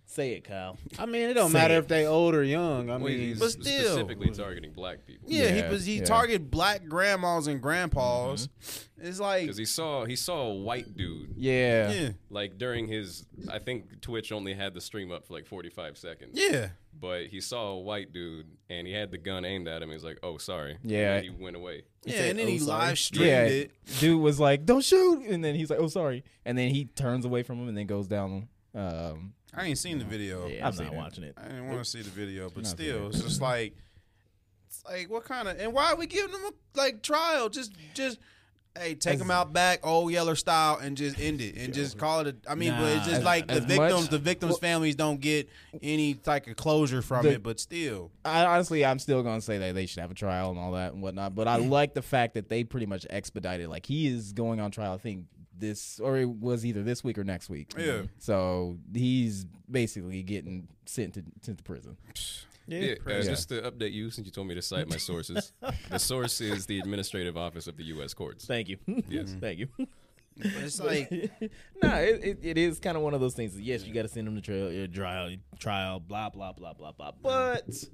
Say it, Kyle.
I mean, it don't
Say
matter
it.
if they old or young. I
Well,
mean,
he's
But still.
specifically targeting black people.
yeah,
Yeah,
he was he
yeah.
target black grandmas and grandpas.
Mm-hmm.
It's like
Because he saw he saw a white dude
Yeah.
yeah,
like during his I think Twitch only had the stream up for like 45 seconds.
yeah.
But he saw a white dude and he had the gun aimed at him. He was like, "Oh, sorry."
Yeah.
And he went away.
Yeah,
said,
and then
"Oh,
he
sorry."
live streamed
Yeah.
it.
Dude was like, "Don't shoot," and then he's like, "Oh, sorry," and then he turns away from him and then goes down. Um,
I ain't seen the video.
Yeah, I'm
seen
not
it.
watching it.
I didn't want to see the video, but still, it's just like, it's like what kind of and why are we giving them a like trial? Just, just hey, take them out back, old Yeller style, and just end it, and just call it. a I mean, but it's just
Nah,
like the
as
victims,
much-
the victims' families don't get any type of closure from
The-
it, but still,
I honestly, I'm still gonna say that they should have a trial and all that and whatnot. But I like the fact that they pretty much expedited. Like he is going on trial. I think this or it was either this week or next week.
Yeah.
So he's basically getting sent to sent to prison.
Yeah, uh, just to update you, since you told me to cite my sources, the source is the administrative office of the U.S. courts.
Thank you. Yes. Thank you.
but it's like
no, it, it, it is kind of one of those things. Yes, you got to send them to trial, your trial, trial, blah blah blah blah blah. But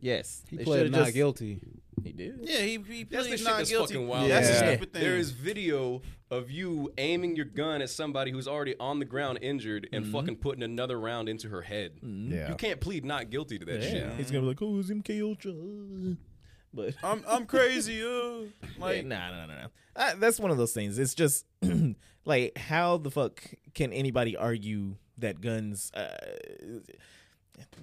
yes,
he
they
pled
should've
not
just-
guilty.
He did.
yeah, he, he
That's the
pleaded
shit
not
that's
guilty.
fucking wild.
That's
Yeah.
a stupid thing.
There is video of you aiming your gun at somebody who's already on the ground injured and
Mm-hmm.
fucking putting another round into her head.
Yeah.
You can't plead not guilty to that shit.
He's gonna be like, "Oh, is him killed?" But
I'm I'm crazy, uh,
Like,
like
nah, nah, nah, nah. Uh, that's one of those things. It's just like how the fuck can anybody argue that guns uh,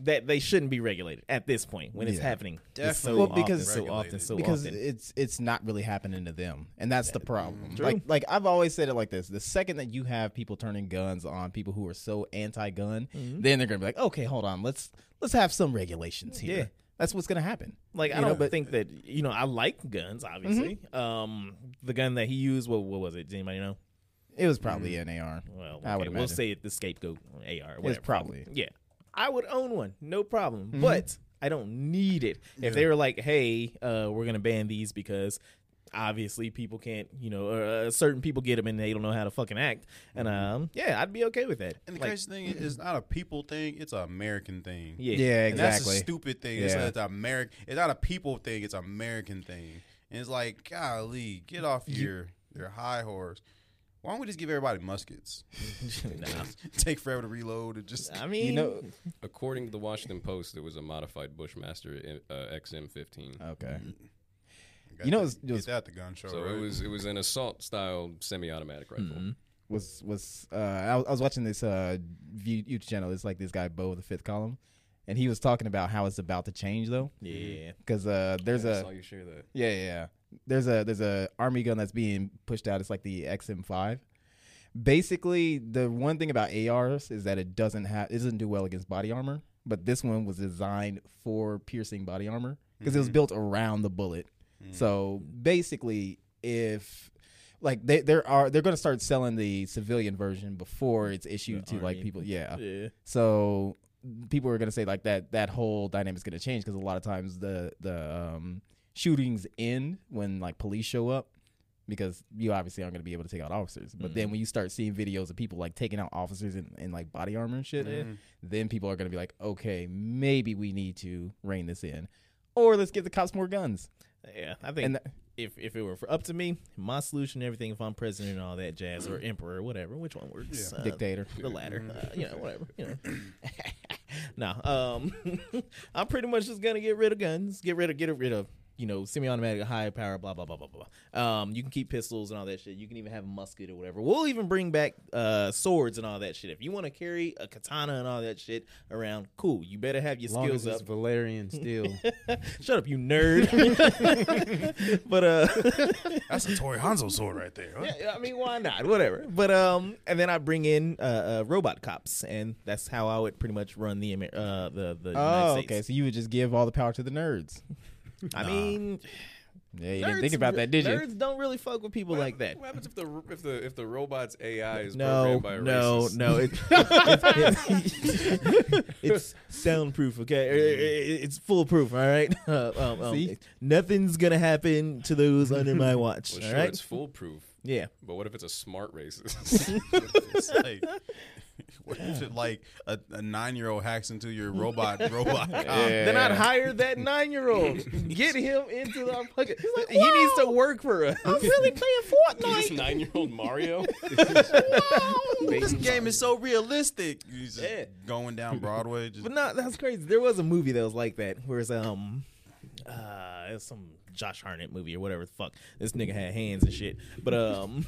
that they shouldn't be regulated at this point when it's
Yeah.
happening? It's so
Definitely
Well,
often,
because-
so often,
regulated.
so
because
often.
it's it's not really happening to them, and that's the problem. Like like I've always said it like this: the second that you have people turning guns on people who are so anti-gun, then they're gonna be like, okay, hold on, let's let's have some regulations here.
Yeah.
That's what's gonna happen.
Like I
You know,
don't
but- Mm-hmm.
think that you know. I like guns, obviously. Um, the gun that he used, what what was it? Does anybody know?
It was probably an AR.
Mm. Well,
I would
okay, we'll
imagine.
say it the scapegoat AR. Whatever.
probably-
yeah. I would own one, no problem. But I don't need it. If they were like, "Hey, uh, we're gonna ban these because obviously people can't, you know, uh, certain people get them and they don't know how to fucking act," and um, yeah, I'd be okay with that.
And the
Like,
crazy thing is, it's not a people thing; it's an American thing.
yeah,
Yeah,
And that's
exactly.
a stupid thing. It's,
Yeah.
it's American. It's not a people thing. It's an American thing. And it's like, golly, get off your your high horse. Why don't we just give everybody muskets? Take forever to reload and just.
I mean,
you know,
According to the Washington Post, it was a modified Bushmaster uh, XM15.
Oh,
okay.
Got
you know,
that-
it was- it
get
was-
that at the gun show.
So
right?
it was it was an assault style semi-automatic rifle.
Mm-hmm.
was was uh, I, was- I was watching this uh, view- YouTube channel. It's like this guy Bo of the Fifth Column, and he was talking about how it's about to change though.
Yeah.
Because uh, there's
I
a
saw you share that.
yeah, yeah, yeah. There's a there's a army gun that's being pushed out. It's like the XM5. Basically, the one thing about ARs is that it doesn't have it doesn't do well against body armor. But this one was designed for piercing body armor because it was built around the bullet. So basically, if like they there are they're going to start selling the civilian version before it's issued to like
army.
people. Yeah,
Yeah.
so people are going to say like that that whole dynamic's going to change because a lot of times the the um, shootings end when like police show up because you obviously aren't going to be able to take out officers. But
Mm-hmm.
then when you start seeing videos of people like taking out officers in, in like body armor and shit,
Mm-hmm.
then people are going to be like, okay, maybe we need to rein this in, or let's give the cops more guns.
Yeah. I think
And tha-
if if it were for up to me, my solution, to everything, if I'm president and all that jazz or emperor, whatever, which one works? Uh,
Dictator.
The latter. Uh, you know, whatever. You know. no. Um, I'm pretty much just gonna get rid of guns. Get rid of get rid of you know semi-automatic, high power, blah blah blah blah blah. Um, you can keep pistols and all that shit. You can even have a musket or whatever. We'll even bring back uh swords and all that shit. If you want to carry a katana and all that shit around, cool. You better have your
Long
skills
as
up.
it's Valerian steel.
Shut up, you nerd. but uh
That's a Tori Hanzo sword right there. Huh?
yeah, I mean, why not? Whatever. But um, and then I bring in uh, uh robot cops, and that's how I would pretty much run the Amer- uh the the
Oh,
United
okay.
States.
So you would just give all the power to the nerds.
I mean,
Yeah, you
nerds,
didn't think about that, did you?
Nerds don't really fuck with people like that.
What happens if the if the if the robot's AI is
No,
programmed by a
no,
racist?
no. It, it- it- it's soundproof, okay? It- it- it- It's foolproof, all right? Uh, um, um,
See?
Nothing's going to happen to those under my watch,
Well,
all
sure,
right?
it's foolproof.
Yeah.
But what if it's a smart racist?
It's like, what if it, like a, a nine year old hacks into your robot robot cop?
Then I'd hire that nine year old. Get him into our fucking. he needs to work for us. I'm really playing
This nine year old Mario?
This game is so realistic. You just
Yeah.
going down Broadway. Just,
But no, that's crazy. There was a movie that was like that, where it's um, uh, it was some Josh Harnett movie or whatever the fuck. This nigga had hands and shit, but um,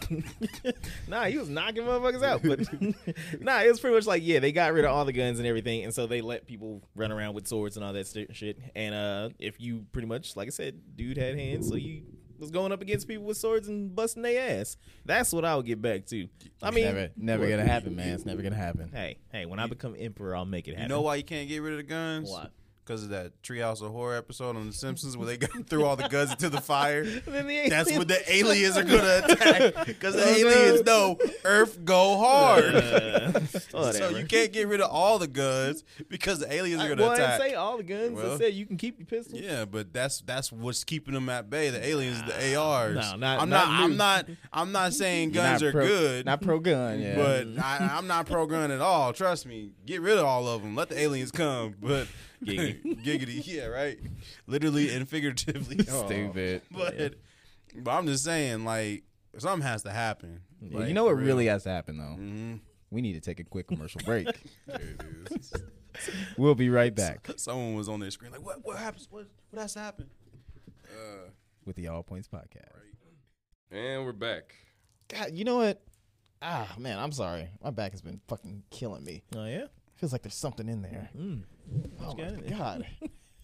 nah, he was knocking motherfuckers out. But nah, it was pretty much like yeah, they got rid of all the guns and everything, and so they let people run around with swords and all that st- shit. And uh, if you pretty much, like I said, dude had hands, so you. Was going up against people with swords and busting their ass. That's what I would get back to. I mean,
never, never gonna happen, man. It's never gonna happen.
hey, hey, when I become emperor, I'll make it happen.
you know why you can't get rid of the guns?
Why?
Because of that Treehouse of Horror episode on The Simpsons where they got, threw all the guns into the fire.
Then the
That's
aliens-
what the aliens are gonna attack. Because
Oh,
the aliens know Earth go hard. so you can't get rid of all the guns because the aliens are
I,
gonna
well, I didn't
attack.
say all the guns. I
Well.
said you can keep your pistol.
Yeah, but that's that's what's keeping them at bay. The aliens, the ARs.
no, not-
I'm
not
not. I'm not. I'm not saying guns
Not
are
pro-
good,
Not pro gun, yeah.
but I, I'm not pro gun at all. Trust me. Get rid of all of them. Let the aliens come. But giggity, yeah, right. Literally and figuratively.
Stupid.
But, but I'm just saying, like, something has to happen.
Yeah,
Like, mm-hmm.
you know what
for real.
really has to happen though? We need to take a quick commercial break. we'll be right back
Someone was on their screen, like, what? What happens? What? What has to happen?
with the All Points Podcast.
and we're back.
God, you know what? Ah, man, I'm sorry. My back has been fucking killing me.
Oh yeah.
Feels like there's something in there. Oh my god!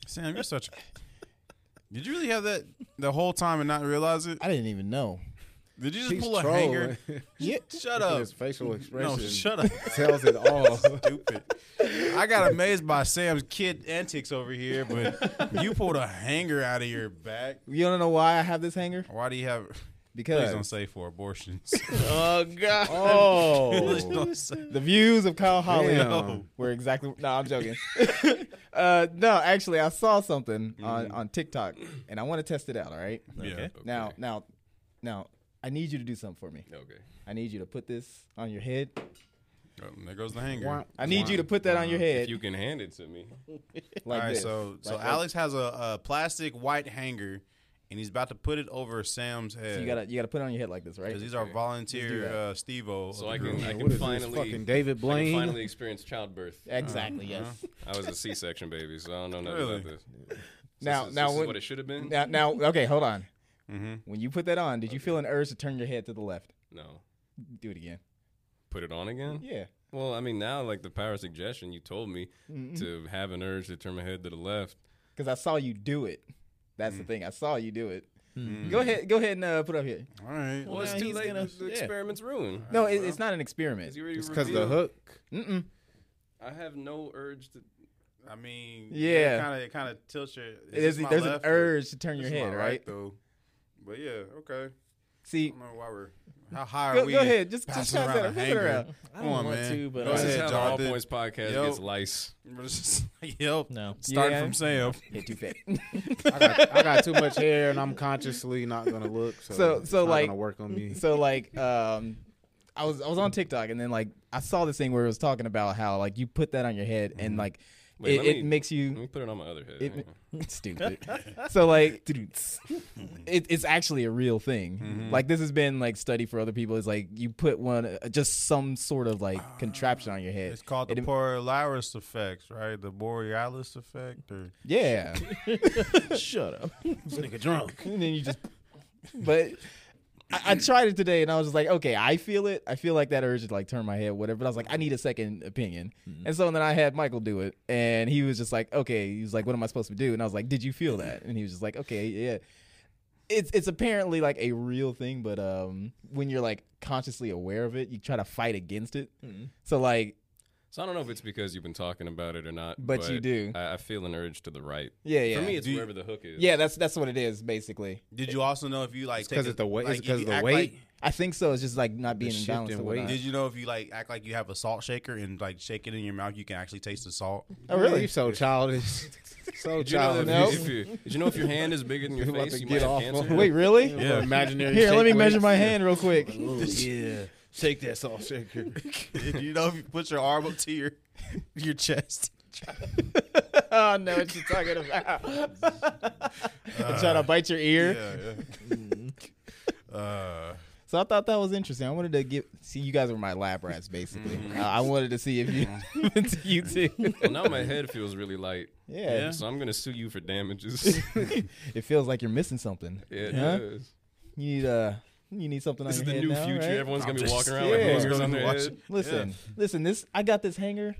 Sam, you're such. a... Did you really have that the whole time and not realize it?
I didn't even know.
Did you just
He's
pull a
trolling.
hanger?
Yeah,
Shut up.
His facial expression
No, shut up.
tells it all.
Stupid. I got amazed by Sam's kid antics over here, but you pulled a hanger out of your back.
you don't know why I have this hanger
Why do you have? Please don't
because
say for abortions.
Oh god.
Please
oh,
don't say.
the views of Kyle Holly
Damn.
were exactly. No, I'm joking. uh, no, actually, I saw something on on TikTok, and I want to test it out. All right.
Mm-hmm. Yeah.
Now, now, now, I need you to do something for me.
Okay.
I need you to put this on your head.
Oh, there goes the hanger.
I need you to put that on your head
If you can hand it to me.
like
Uh-huh. All right,
this.
so so
Like- like-
Alex has a, a plastic white hanger, and he's about to put it over Sam's head.
so you gotta you gotta put it on your head like this, right?
Because these are volunteer uh, Steve-O.
So I can I
What
can
is this,
finally
fucking David
I can
Blaine?
finally experience childbirth.
Exactly.
Uh-huh.
Yes.
I was a C section baby, so I don't know nothing
Really?
about this.
Now,
this is,
now,
this is
when,
what it should have been?
now, now, okay, hold on.
Mm-hmm,
When you put that on, did you feel an urge to turn your head to the left?
No.
Do it again.
Mm-hmm.
Put it on again?
Yeah.
Well, I mean, now like the power of suggestion, you told me to have an urge to turn my head to the left.
because Mm-hmm. I saw you do it. That's
Mm.
the thing. I saw you do it.
Mm-hmm.
Go ahead. Go ahead and uh, put up here.
All right.
Well, it's
now
too
he's
late.
gonna-
the
yeah.
experiment's ruined.
No, it, it's not an experiment.
Because the hook.
Mm-mm.
I have no urge to.
I mean,
Yeah.
kind of, it kind of tilts your.
It is, there's an urge to turn your head, right?
Though, but yeah, okay. I
See,
don't know why we're. How high are
go,
we?
go ahead. Just, just
passing
pass
around
that
a
up. Pass it
hanger?
around.
Come on,
want
man.
to, but
Go
I-
This is
ahead,
how the
John.
All
Did-
Boys podcast
Yo.
gets lice.
We're just like, Yep.
No.
Starting
Yeah.
from Sam.
Hit too fat.
I got, I got too much hair, and I'm consciously not gonna look. So,
So-
it's
so,
not
like-
gonna work on me.
so like, um, I was I was on TikTok and then like I saw this thing where it was talking about how like you put that on your head and like
Wait,
it,
let me-
it makes you.
Let me put it on my other head.
It, stupid. so like, it, it's actually a real thing. Like this has been like studied for other people. It's like you put one, uh, just some sort of like contraption on your head.
It's called the
It-
Polaris effect, right? The Borealis effect, or
yeah.
Shut up.
this nigga drunk.
and then you just, but. I, I tried it today and I was just like, okay, I feel it. I feel like that urge to like turn my head, whatever. But I was like, I need a second opinion. And so then I had Michael do it and he was just like, okay, he was like, what am I supposed to do? And I was like, did you feel that? And he was just like, okay, yeah. It's it's apparently like a real thing, but um, when you're like consciously aware of it, you try to fight against it. So like,
So I don't know if it's because you've been talking about it or not.
But you do.
I, I feel an urge to the right.
yeah, yeah,
For me, it's
Do you-
wherever the hook is.
yeah. That's that's what it is basically.
Did you also know if you like? take
'cause
a-
of the weight-
like,
it's
if
'cause
you
of the
act
weight?
like-
I think so. It's just like not being in
shift
balance.
in
or
weight.
whatnot.
did you know if you like act like you have a salt shaker and like shake it in your mouth, you can actually taste the salt?
Oh, really?
You so childish. So
Did you, know
childish.
that if
Nope.
you, if you- did you know if your hand is bigger than your
about
face,
to
you might
get
have
off
cancer?
on-
Wait, really?
Yeah.
Imaginary.
Here, let me
shake
measure
weights. oh,
my hand real quick.
yeah.
Shake that salt shaker.
Did you know if you put your arm up to your your chest?
oh no, what you talking about?
Uh,
trying
uh,
to bite your ear.
Yeah.
Mm-hmm.
yeah. uh,
So I thought that was interesting. I wanted to get see you guys were my lab rats basically.
Mm-hmm.
Uh, I wanted to see if you if you too.
Well, now my head feels really light.
Yeah.
So I'm gonna sue you for damages. yeah,
it feels like you're missing something.
it
Huh?
does.
You need uh you need something
This
on
is the
your head
new
now,
future.
right?
Everyone's gonna be
I'm
walking
just-
around
Yeah.
with boogers on
Everyone's
their
gonna
head.
watch-
Listen, listen. This I got this hanger.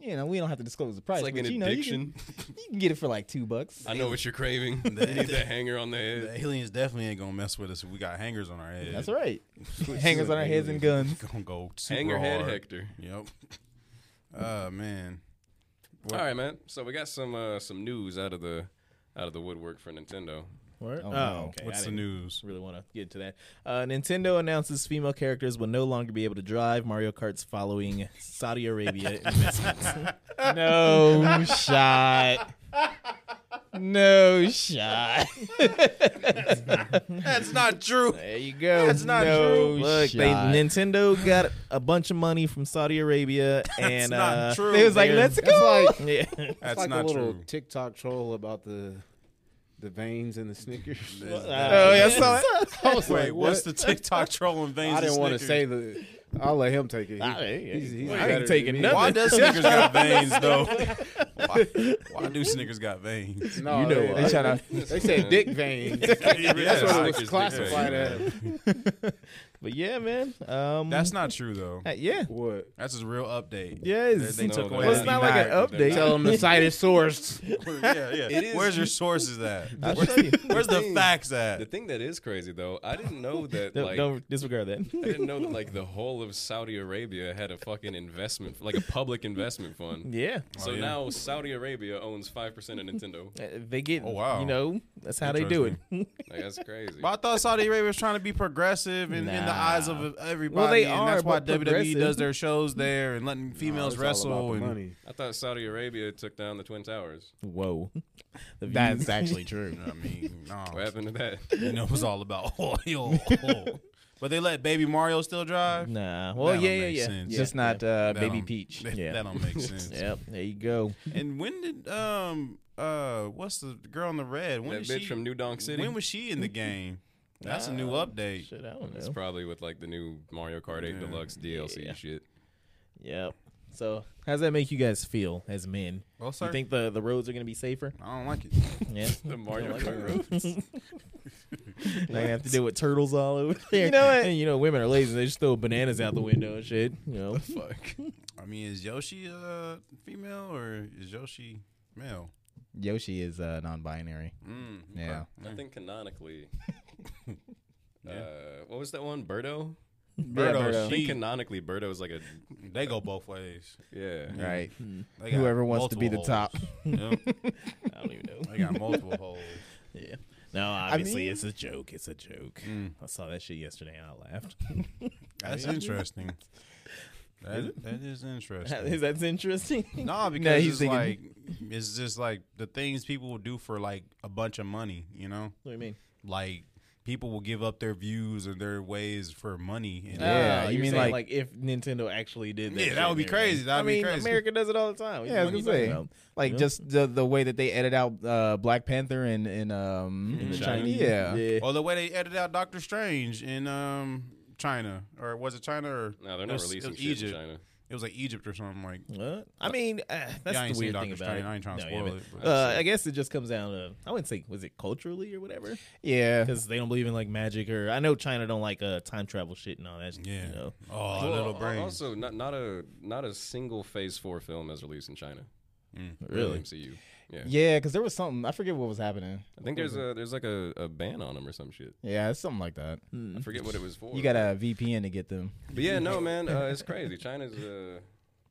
You know we don't have to disclose the price.
It's like
but
an
you know, you can-
addiction.
You, can, get it for like two bucks.
I know what you're craving. They need that hanger on the
the
head.
aliens definitely ain't gonna mess with us. if We got hangers on our head.
That's right. Hangers on our heads and guns.
Gonna go super
Hanger head
hard.
Hector.
Yep. Oh man. What-
All right, man. So we got some uh, some news out of the out of the woodwork for Nintendo.
Word?
Oh,
Oh,
no.
okay. I
What's the
didn't
news?
Really want to get to that. Uh, Nintendo announces female characters will no longer be able to drive Mario Kart's following Saudi Arabia investments.
No shot. No shot.
That's not true.
There you go.
That's not
no
true.
Look,
Look, they, Nintendo got a bunch of money from Saudi Arabia, and
not
uh,
true.
They was like,
they're-
let's go.
That's like
yeah.
That's
like
not
a little
true.
TikTok troll about the the veins and the Snickers.
oh, yeah, I saw it.
uh, I was
Wait,
like,
what's
what?
the TikTok trolling veins?
I didn't
want to
say the. I'll let him take it.
Ah,
He-
hey,
he's, he's
well, I ain't
better than
taking
me.
nothing.
Why does Snickers got veins though? Why, why do Snickers got veins?
No,
You know
they,
what?
they, tryna- they said dick veins. That's what
Snickers
it
dick
was classified
veins.
as.
But yeah, man. Um,
That's not true though.
uh, yeah.
What?
That's his real update.
Yes.
They, they
No,
took
they're not.
away.
well, it's
the
not like an
United, they're
update.
Tell them the site is sourced.
D9. yeah, yeah. Where's your sources at?
I'll show you.
Where's the facts
The
at?
thing that is crazy though, I didn't know that
Don't,
like
don't disregard that.
I didn't know that like the whole of Saudi Arabia had a fucking investment, like a public investment fund.
yeah.
So
Oh, yeah.
now Saudi Arabia owns five percent of Nintendo.
Uh, They get,
Oh, wow.
you know, that's how they do it.
Like that's crazy.
But I thought Saudi Arabia was trying to be progressive in, in the
Nah.
eyes of everybody.
Well, they
and
are
That's why
pro-
WWE
progressive.
does their shows there and letting females
It's all
wrestle.
about the
and
money.
I thought Saudi Arabia took down the Twin Towers.
Whoa. The
That's
views-
actually true.
I mean, no.
What happened to that?
You know, it was all about oil. but they let Baby Mario still drive.
Nah. Well,
That
yeah,
don't
yeah,
make
yeah.
sense.
yeah.
Just not uh,
That
Baby
don't-
Peach.
That,
Yeah.
that don't make sense.
Yep. There you go.
And when did um uh what's the girl in the red? When
that
did
bitch
she,
from New Donk City.
When was she in the game? That's a new update.
Shit, I don't
It's
know.
probably with like the new Mario Kart 8
Yeah.
Deluxe DLC
Yeah.
shit.
Yep. So, how does that make you guys feel as men?
Well,
You think the, the roads are going to be safer?
I don't like it.
Yeah.
The Mario
like
Kart roads.
Now you have to deal with turtles all over there. You know what? And you know, women are lazy. They just throw bananas out the window and shit. You know, fuck.
I mean, is Yoshi uh, female or is Yoshi male?
Yoshi is uh, non-binary.
Mm, okay.
Yeah.
I think canonically. Uh, what was that one? Birdo?
Birdo,
I think
she-
canonically, Birdo is like a.
they go both ways.
Yeah.
Right.
They got
Whoever wants to be the
multiple
top.
holes. Yep.
I don't even know.
They got multiple holes.
Yeah. No, obviously
mean-
it's a joke. It's a joke.
Mm.
I saw that shit yesterday and I laughed.
That's interesting. That, that is interesting.
Is that interesting?
No, because
he's
it's
thinking-
like it's just like the things people will do for like a bunch of money, you know?
What do you mean?
Like people will give up their views or their ways for money. And
Yeah,
Oh,
you
you're
mean
saying,
like-
if Nintendo actually did that?
Yeah,
shit
that would be
and
crazy.
everything.
That would
I
be
mean,
crazy.
America does it all the time. What
Yeah, I
do you mean
was gonna
you
say.
talking about?
Like
Yeah.
just the the way that they edit out uh, Black Panther and and um
In
China.
China?
Yeah.
Yeah.
Or the way they edited out Doctor Strange in um China. Or was it China or
No, they're
it
not
was- it
releasing
was
shit
Egypt.
in China.
It was like Egypt or something like
What? I mean, uh, that's
Yeah, I ain't
the
seen
weird
Dr.
thing about
Strange.
it.
I ain't trying to
yeah,
spoil
but-
it, but-
Uh, I guess it just comes down to I wouldn't say was it culturally or whatever
Yeah.
because they don't believe in like magic or I know China don't like uh time travel shit and all that.
Yeah.
You know?
Oh, little
al-
brain.
Also, not not a not a single Phase Four film has released in China.
Really?
MCU. Yeah.
Yeah, because there was something I forget what was happening.
I think there's a there's like a, a ban on them or some shit.
Yeah, it's something like that.
I forget what it was for.
You got a VPN to get them.
But yeah, no, man, uh, it's crazy. China's a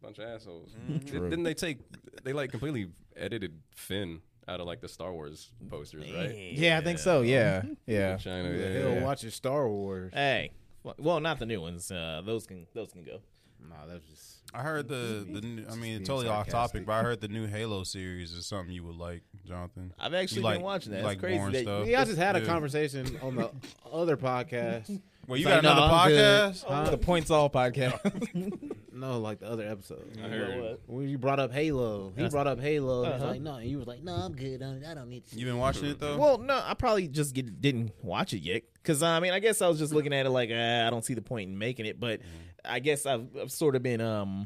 bunch of assholes. Did- Didn't they take? They like completely edited Finn out of like the Star Wars posters, right?
Yeah, I think so. Yeah, yeah.
China.
The
yeah,
hell
yeah.
watching Star Wars.
Hey, well- well, not the new ones. Uh, those can those can go.
Nah, that's just
I heard the, the new, I mean,
being
totally off topic,
sarcastic.
but I heard the new Halo series is something you would like, Jonathan.
I've actually
You
been
like-
watching that.
you
It's
like
crazy
boring
that-
stuff.
Yeah, I just had a
Yeah.
conversation on the other podcast.
Well, you
It's
got
like,
another
nah, I'm good.
podcast?
Huh?
The points all podcast.
No, like the other episode.
I heard.
When you brought up Halo, he
That's-
brought up Halo. and
Uh-huh.
He's like, no, and you was like, no, I'm good. I don't, I don't need to.
You been watching it though?
Well, no, I probably just get, didn't watch it yet because I mean, I guess I was just looking at it like ah, I don't see the point in making it, but I guess I've, I've sort of been um
Mm-hmm.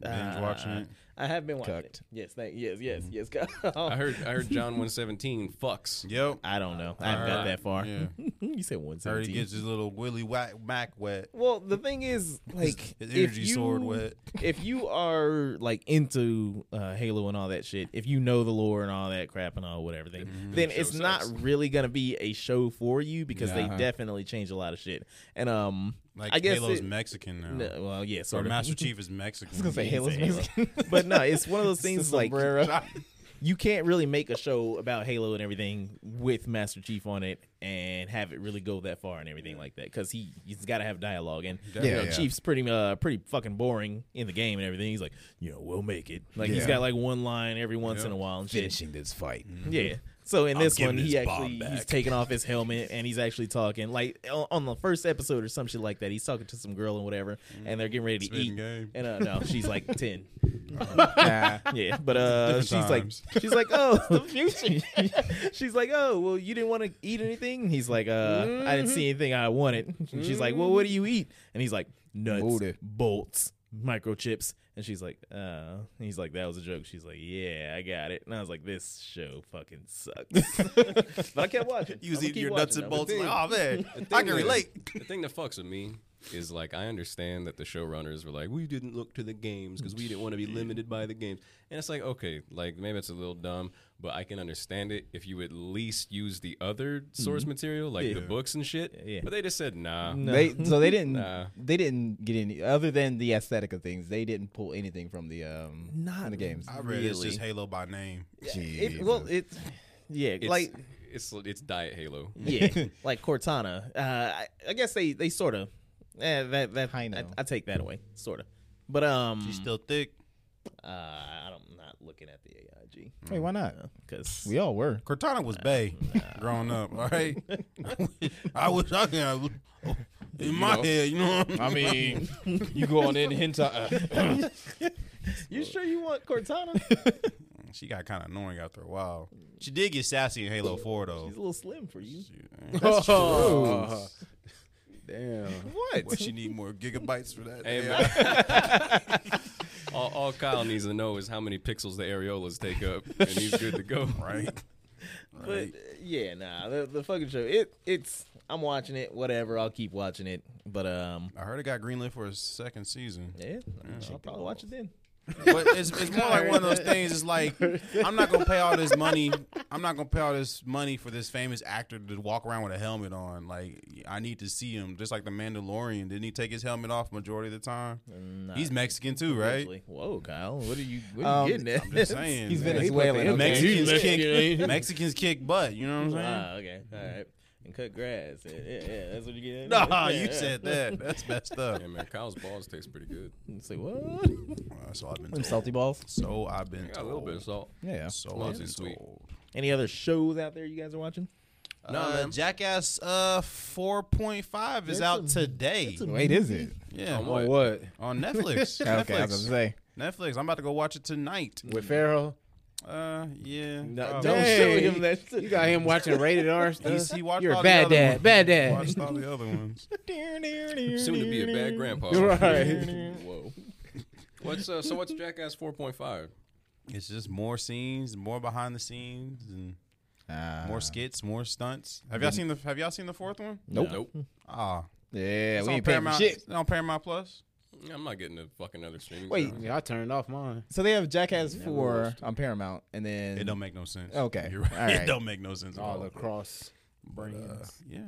Binge watching
uh,
it?
I have been watching it.
Cucked.
Yes, thank, yes, yes, yes.
Mm-hmm.
I heard. I heard John one seventeen fucks.
yep.
I don't know. I haven't
Uh,
got that far.
yeah.
you said one
I heard he
seventeen.
gets his little willy whack mac wet.
Well, the thing is, like,
His
if
energy
you-
sword wet.
if you are like into uh, Halo and all that shit, if you know the lore and all that crap and all whatever thing,
Mm-hmm.
then it's
show
not
sucks.
really gonna be a show for you because
Nah.
they definitely change a lot of shit. And um,
Like
I guess
Halo's
it-
Mexican now.
no, well, yeah,
Or
sort of.
Master Chief is Mexican. I was gonna
say Halo's Mexican.
but no, it's one of those things like
Sombrero.
you can't really make a show about Halo and everything with Master Chief on it and have it really go that far and everything like that because he he's got to have dialogue and you know,
yeah.
Chief's pretty uh pretty fucking boring in the game and everything. He's like, you know, we'll make it. Like he's
Yeah.
got like one line every once
Yeah. Mm-hmm.
in a while and shit.
Finishing this fight.
Yeah. So in
I'm
this one,
giving
he
this bomb
actually he's
back.
taking off his helmet and he's actually talking like on on the first episode or some shit like that. He's talking to some girl and whatever, and they're getting ready to
Mm-hmm. Spitting
eat.
game.
And uh, no, she's like ten.
Nah.
Yeah, but uh, she's
Different times.
like, she's like, oh, the future. she's like, oh, well, you didn't want to eat anything. And he's like, uh, I didn't
Mm-hmm.
see anything I wanted. And she's like, well, what do you eat? And he's like, nuts,
Booty.
bolts, microchips. And she's like, uh, and he's like, that was a joke. She's like, yeah, I got it. And I was like, this show fucking sucks. but I kept watching.
You was
I'ma keep
eating your nuts and
watching. I'ma
bolts.
keep-
Like, oh man, I can relate.
The thing that fucks with me is like I understand that the showrunners were like, we didn't look to the games because we didn't want to be limited by the games, and it's like okay, like maybe it's a little dumb, but I can understand it if you at least use the other source material, like the books and shit.
Yeah.
But they just said nah.
They so they didn't
Nah.
they didn't get any other than the aesthetic of things. They didn't pull anything from the um
Not
from the games.
I read it's just Halo by name.
It, well, it's yeah,
It's,
like
it's it's diet Halo.
yeah, like Cortana. Uh, I, I guess they they sort of eh, that that I,
Hino.
I take that away, sort of. But um,
She's still thick.
uh, I'm not looking at the AIG
Wait, why not?
because
We all were.
Cortana was bae growing up. All right, I wish I could. have- In my
know.
head, you know. What I mean,
mean, you go on in uh, hint.
you sure you want Cortana?
she got kind of annoying after a while. She did get sassy in Halo Four though.
She's a little slim for you.
Oh, damn.
What she need more gigabytes for that?
Hey,
Yeah.
all, all Kyle needs to know is how many pixels the areolas take up, and he's good to go.
right.
But yeah, nah, the, the fucking show. It it's I'm watching it. Whatever, I'll keep watching it. But um,
I heard it got greenlit for a second season.
yeah, I'll probably watch it then.
But it's, it's more like one of those things. It's like I'm not gonna pay all this money. I'm not gonna pay all this money for this famous actor to walk around with a helmet on. Like I need to see him. Just like the Mandalorian, didn't he take his helmet off majority of the time? He's Mexican too, right?
Actually. Whoa, Kyle, what are you? What are
Um,
you getting at?
I'm just saying.
He's
man.
Venezuelan. okay.
Mexicans kick Mexicans kick butt. You know what I'm
Ah, okay, all right. And cut grass. Yeah, yeah, yeah, that's what you get.
saying? Nah, you said that. That's messed up.
Yeah, man, Kyle's balls taste pretty good.
Say what?
Well, so I've been
Them
told.
salty balls.
So I've been
Got a little bit of
told.
salt.
Yeah.
So I've
Yeah.
been
Sweet.
told.
Any other shows out there you guys are watching?
Nah,
uh,
man.
Jackass uh 4.5 is out today.
Wait, is it?
yeah,
On
on,
what?
What?
Netflix.
Okay, I was gonna
Netflix.
say.
Netflix. I'm about to go watch it tonight.
With Pharaoh?
Uh, yeah.
No,
probably.
don't
Hey,
show him that.
You got him watching rated R stuff?
He's, he watched
You're a
all
bad
the other
dad,
Ones.
bad
He
dad.
Watched all the other ones.
Soon to be a bad grandpa.
right.
Whoa. What's uh, so? What's Jackass 4.5?
It's just more scenes, more behind the scenes, and
Ah.
more skits, more stunts. Have y'all seen the Have y'all seen the fourth one?
Nope.
Nope.
Ah,
Yeah,
it's
we
on
ain't paying for
Paramount.
shit.
it's on Paramount Plus.
I'm not getting a fucking other streaming.
Wait.
service.
Yeah, I turned off mine.
So they have Jackass four on Paramount, and then
It don't make no sense.
Okay.
You're right.
All right.
It don't make no sense. at
All
all.
across
But, uh, yeah.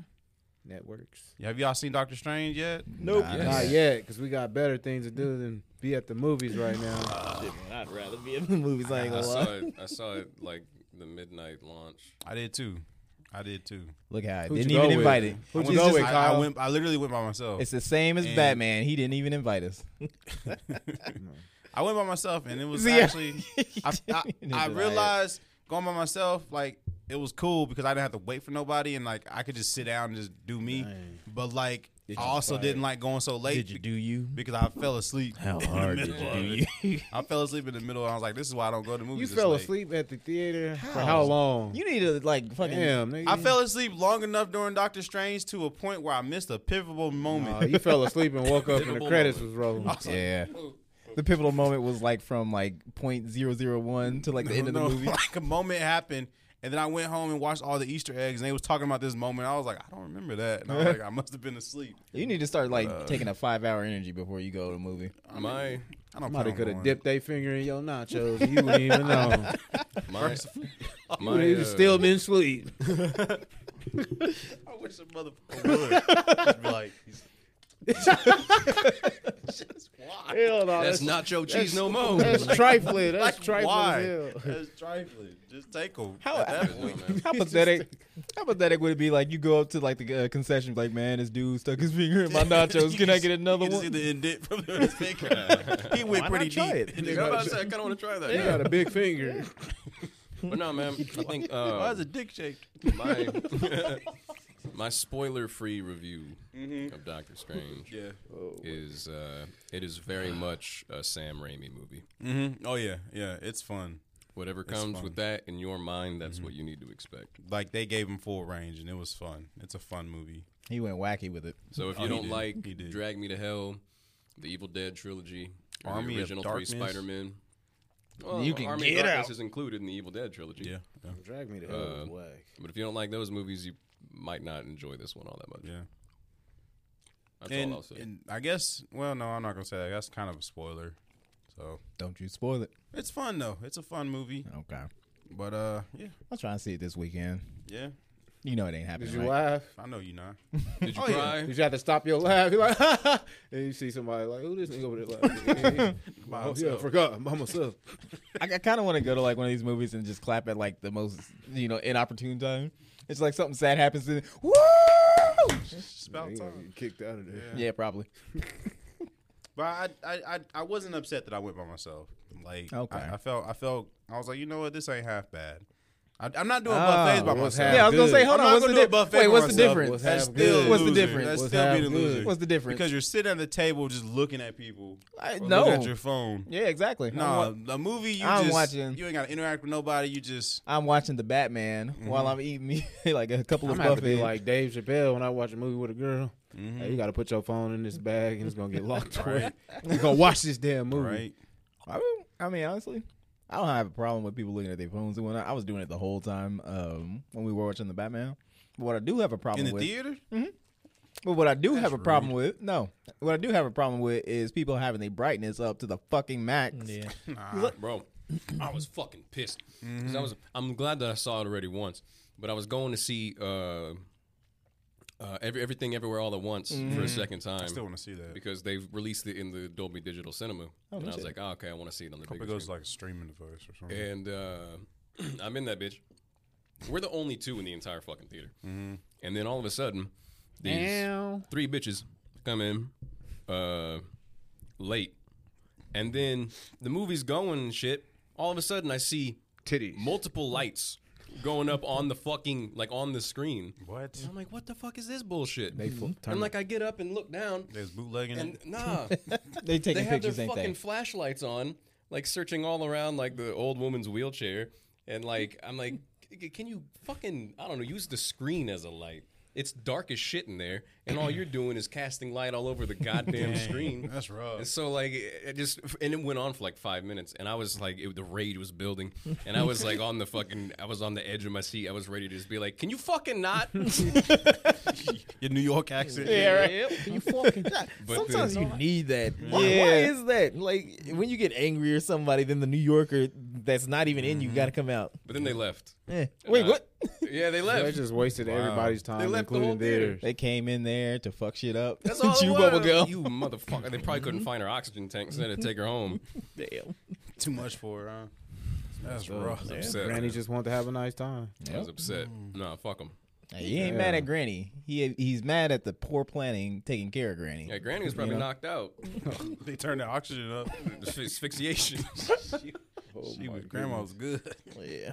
networks.
Yeah, Have y'all seen Doctor Strange yet?
nope.
Not yet, because we got better things to do than be at the movies right now.
I'd rather be in the movies. I ain't
I
gonna
saw
lie.
it. I saw it like the midnight launch.
I did too. I did too.
Look how I
Who'd
didn't
you go
even
with?
invite it.
Who'd
It's
you go
just-
with,
I, I
Kyle?
went. I literally went by myself.
It's the same as
And-
Batman. He didn't even invite us.
I went by myself, and it was
See, I-
actually. I, I, I realized going by myself, like it was cool because I didn't have to wait for nobody, and like I could just sit down and just do me.
Dang.
But like, I
you
also
fight?
didn't like going so late.
Did you
be-
do you?
Because I fell asleep. in
How
the
hard did
middle
you
of
do
it.
you?
I fell asleep in the middle. And I was like, "This is why I don't go to
You
movies." this
fell
late.
asleep at the theater for
How?
how long?
You need to like fucking.
Damn, nigga.
I fell asleep long enough during Doctor Strange to a point where I missed a pivotal
Oh,
Aw,
moment.
you fell asleep and woke up and the
Pivotal
credits was
Oh,
rolling.
Yeah. The pivotal moment was like from like point zero zero one to like the end of the
No,
movie.
Like a moment happened. And then I went home and watched all the Easter eggs, and they was talking about this moment. I was like, I don't remember that. And I was like, I must have been asleep.
You need to start like
Uh.
taking a five hour energy before you go to the movie.
My
I don't. plan
Somebody
on
could have
going.
dipped their finger in your nachos. You wouldn't even know.
my
You
my
would
uh,
have still been asleep.
I wish a motherfucker would. Just be like, just why?
Hell no,
That's
that's,
nacho cheese no more.
that's trifling. That's trifling
why?
as hell.
That's trifling. Just take them.
How-
No, man.
How pathetic! How pathetic would it be? Like you go up to like the uh, concession, like man, this dude stuck his finger in my nachos. Can I get another
you
one?
Can see the indent from his finger. he went
Why
pretty
not try
deep.
it?
in his
Nigga, I'm about to say,
mouth.
I kind of want to try that.
You got a big finger.
now. But no, man. I think
Why
uh,
is it dick shaped?
my my spoiler-free review of Doctor Strange
Yeah.
is uh, it is
Ah.
very much a Sam Raimi movie.
Mm-hmm. Oh yeah, yeah. It's fun.
Whatever comes with
fun. Mm-hmm.
that in your mind, that's what you need to expect.
Like they gave him full range, and it was fun. It's a fun movie.
He went wacky with it.
So if you
Oh, he
don't
did.
like
He did.
Drag Me to Hell, the Evil Dead trilogy, or the
Army of
original three
Darkness.
Spider-Man, well,
You can
Army
get
of Darkness
out.
is included in the Evil Dead trilogy.
Yeah, yeah,
Drag me to hell.
Uh,
with whack.
But if you don't like those movies, you might not enjoy this one all that much.
yeah.
That's
And,
all I'll say.
and I guess, well, no, I'm not gonna say that. That's kind of a spoiler. So
Don't you spoil it.
it's fun though. It's a fun movie.
Okay.
But uh, yeah,
I'll try and see it this weekend.
yeah.
You know it ain't happening.
Did you
right?
laugh?
I know you not.
Did you
Oh, yeah.
cry?
Did you have to stop your laugh? You're like, ha ha. And you see somebody like, who this nigga over there laughing?
By
oh, yeah, I
himself.
forgot. I'm by myself.
I, I kind of want to go to like one of these movies and just clap at like the most you know inopportune time. It's like something sad happens and woo.
It's just about
You gonna
time.
get kicked out of there.
Yeah.
Yeah, probably.
But I, I, I, I wasn't upset that I went by myself. Like,
Okay.
I, I felt, I felt, I was like, you know what, this ain't half bad. I, I'm not doing
Ah,
buffets by
what's
myself.
happening?
Yeah, I was gonna
good.
say,
I'm
hold on.
not
What's the
gonna do a
di-
buffet
Wait,
by
what's the
myself.
difference?
What's
That's
half
still
good?
What's the
losing.
difference?
That's
What's
still
half
being a
good?
loser.
What's the difference?
because you're sitting at the table just looking at people.
I-
or
no.
looking at your phone.
yeah, exactly. I'm,
Nah,
wa-
the movie you
I'm
just
watching-
you ain't got to interact with nobody. You just
I'm watching the Batman while I'm eating me like a couple
I'm
of
gonna have to be
buffets.
like Dave Chappelle when I watch a movie with a girl. Hey, you got to put your phone in this bag and it's gonna get locked away.
right,
You're gonna watch this damn movie.
right.
I mean, I mean, honestly, I don't have a problem with people looking at their phones and whatnot. I was doing it the whole time um, when we were watching the Batman. But what I do have a problem
in the
with,
theater.
but what I do have a problem with, no, what I do have a problem with is people having their brightness up to the fucking max.
Yeah.
bro. I was fucking pissed. 'Cause I was. I'm glad that I saw it already once, but I was going to see uh, uh, every, everything everywhere all at once for a second time.
Mm-hmm. I still want to see that.
because they've released it in the Dolby Digital Cinema, and I was like, oh, okay, I want to see it on the
Hope
big
it goes
screen.
like a streaming device or something.
And uh, I'm in that bitch. We're the only two in the entire fucking theater.
Mm-hmm.
And then all of a sudden, these
Ow.
three bitches come in uh, late, and then the movie's going and shit. All of a sudden, I see
Titties.
multiple lights going up on the fucking like on the screen.
What?
And I'm like, what the fuck is this bullshit?
They full,
and
turn,
like I get up and look down,
There's bootlegging
and
it.
nah,
they taking
they have their
pictures, ain't
fucking
they?
flashlights on, like searching all around like the old woman's wheelchair, and like I'm like, "C- can you fucking I don't know use the screen as a light? It's dark as shit in there, and all you're doing is casting light all over the goddamn screen.
That's rough.
And so like it just and it went on for like five minutes, and I was like, it, the rage was building, and I was like on the fucking, I was on the edge of my seat. I was ready to just be like, can you fucking not?
Your New York accent.
You fucking.
But
Sometimes
then-
you need that. Why, why
Yeah.
is that? Like when you get angry or somebody, then the New Yorker that's not even in you got to come out.
But then they left.
Eh.
And
Wait,
I-
what?
Yeah, they left.
They just wasted everybody's time,
They left the
including
whole theater.
theirs.
They came in there to fuck shit up.
That's all
Chew
it
bubble
was.
gum.
You motherfucker. They probably couldn't find her oxygen tank, so they had to take her home.
Damn.
Too much for her. Huh? That's rough.
I was upset.
Granny just wanted to have a nice time.
I was upset. No, fuck them.
Hey, He ain't mad at Granny. He he's mad at the poor planning taking care of Granny.
Yeah, Granny was probably knocked out.
they turned the oxygen up.
Asphyxiation.
she was, grandma was good.
Yeah.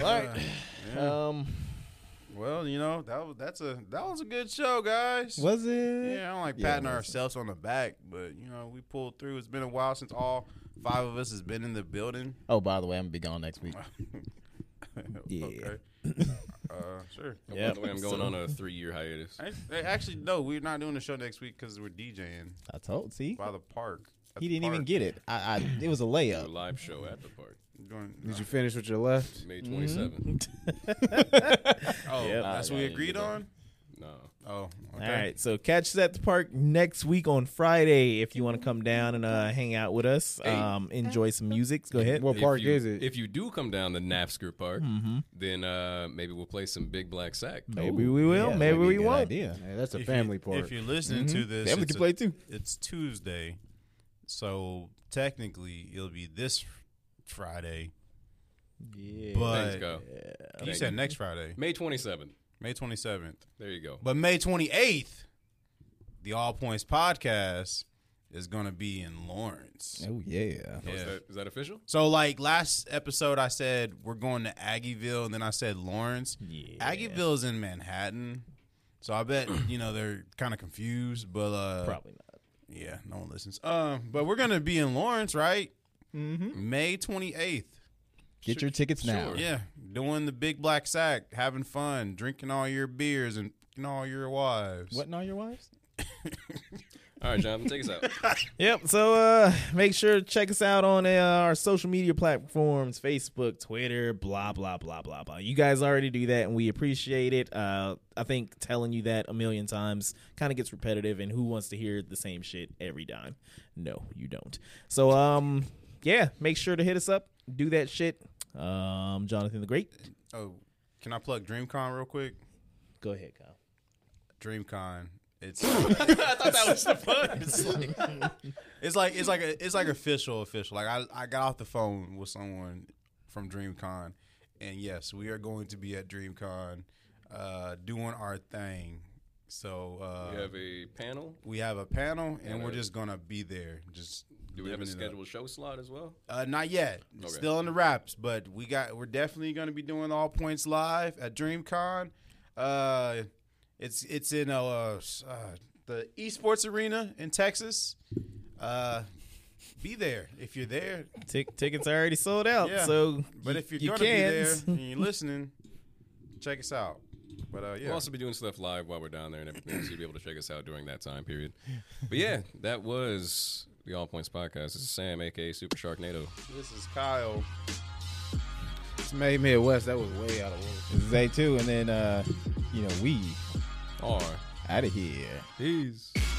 All right. Um.
Well, you know that was that's a that was a good show, guys.
Was it?
Yeah, I don't like
Yeah,
patting
it was.
ourselves on the back, but you know we pulled through. It's been a while since all five of us has been in the building.
Oh, by the way, I'm gonna be gone next week.
yeah. Okay. Uh, sure.
By the way, I'm going on a three-year hiatus.
I, I actually, no, we're not doing the show next week because we're DJing
I told. See,
by the park. At
he
the
didn't even
park.
get it. I, I it was a layup.
A live show at the park,
Doing-
Did you finish with your left?
May 27th.
oh, that's what we
I didn't
agreed
do that.
on.
No,
Oh, okay.
All right. So catch us at the park next week on Friday if you want to come down and uh, hang out with us. Um, enjoy some music. Go ahead.
What
If
park
you-
is it?
If you do come down to Napsker Park, then uh, maybe we'll play some Big Black Sack.
Maybe we will.
Yeah,
maybe
that'd be
we
a good
won't.
Idea.
Hey, that's a
If you-
family park.
If you're listening to this,
Family
it's
can
a-
play too.
It's Tuesday, so technically it'll be this Friday.
Yeah.
Thanks,
But
go.
you said next Friday,
May 27th.
May 27th.
There you go.
But May 28th, the All Points podcast is going to be in Lawrence.
Oh yeah.
Oh,
Yeah.
Is, that, is that official?
So, like last episode, I said we're going to Aggieville, and then I said Lawrence.
Yeah.
Aggieville is in Manhattan. So I bet you know they're kind of confused, but uh,
Probably not.
yeah, no one listens. Um, but we're gonna be in Lawrence, right?
Mm-hmm.
May twenty eighth.
Get your tickets now.
sure.
Yeah, doing the big black sack, having fun, drinking all your beers and fucking all your wives.
What and all your wives?
All right, Jonathan, take us out.
Yep. So uh, make sure to check us out on uh, our social media platforms: Facebook, Twitter, blah blah blah blah blah. You guys already do that, and we appreciate it. Uh, I think telling you that a million times kind of gets repetitive, and who wants to hear the same shit every time? No, you don't. So um, yeah, make sure to hit us up. Do that shit. Um, Jonathan the Great.
Oh, can I plug DreamCon real quick?
Go ahead, Kyle.
DreamCon. It's I thought that was the fun. It's like it's like a it's like official official. Like I I got off the phone with someone from DreamCon, and yes, we are going to be at DreamCon, uh, doing our thing. So uh,
We have a panel.
we have a panel, and we're
a-
just gonna be there. Just
Do we have a
living it up.
scheduled show slot as well?
Uh, not yet.
Okay.
Still in the wraps, but we got we're definitely going to be doing all points live at DreamCon. Uh, it's it's in uh, uh, the esports arena in Texas. Uh, be there if you're there.
Tick tickets are already sold out.
Yeah.
So,
But if you're
you
gonna
can.
be there and you're listening, check us out. But uh, yeah,
We'll also be doing stuff live while we're down there and everything, so you'll be able to check us out during that time period. But yeah, that was the All Points Podcast. This is Sam, aka Super Sharknado.
This is Kyle.
It's made Midwest. That was way out of order.
Zay too, and then uh, you know we
Or
out of here.
peace.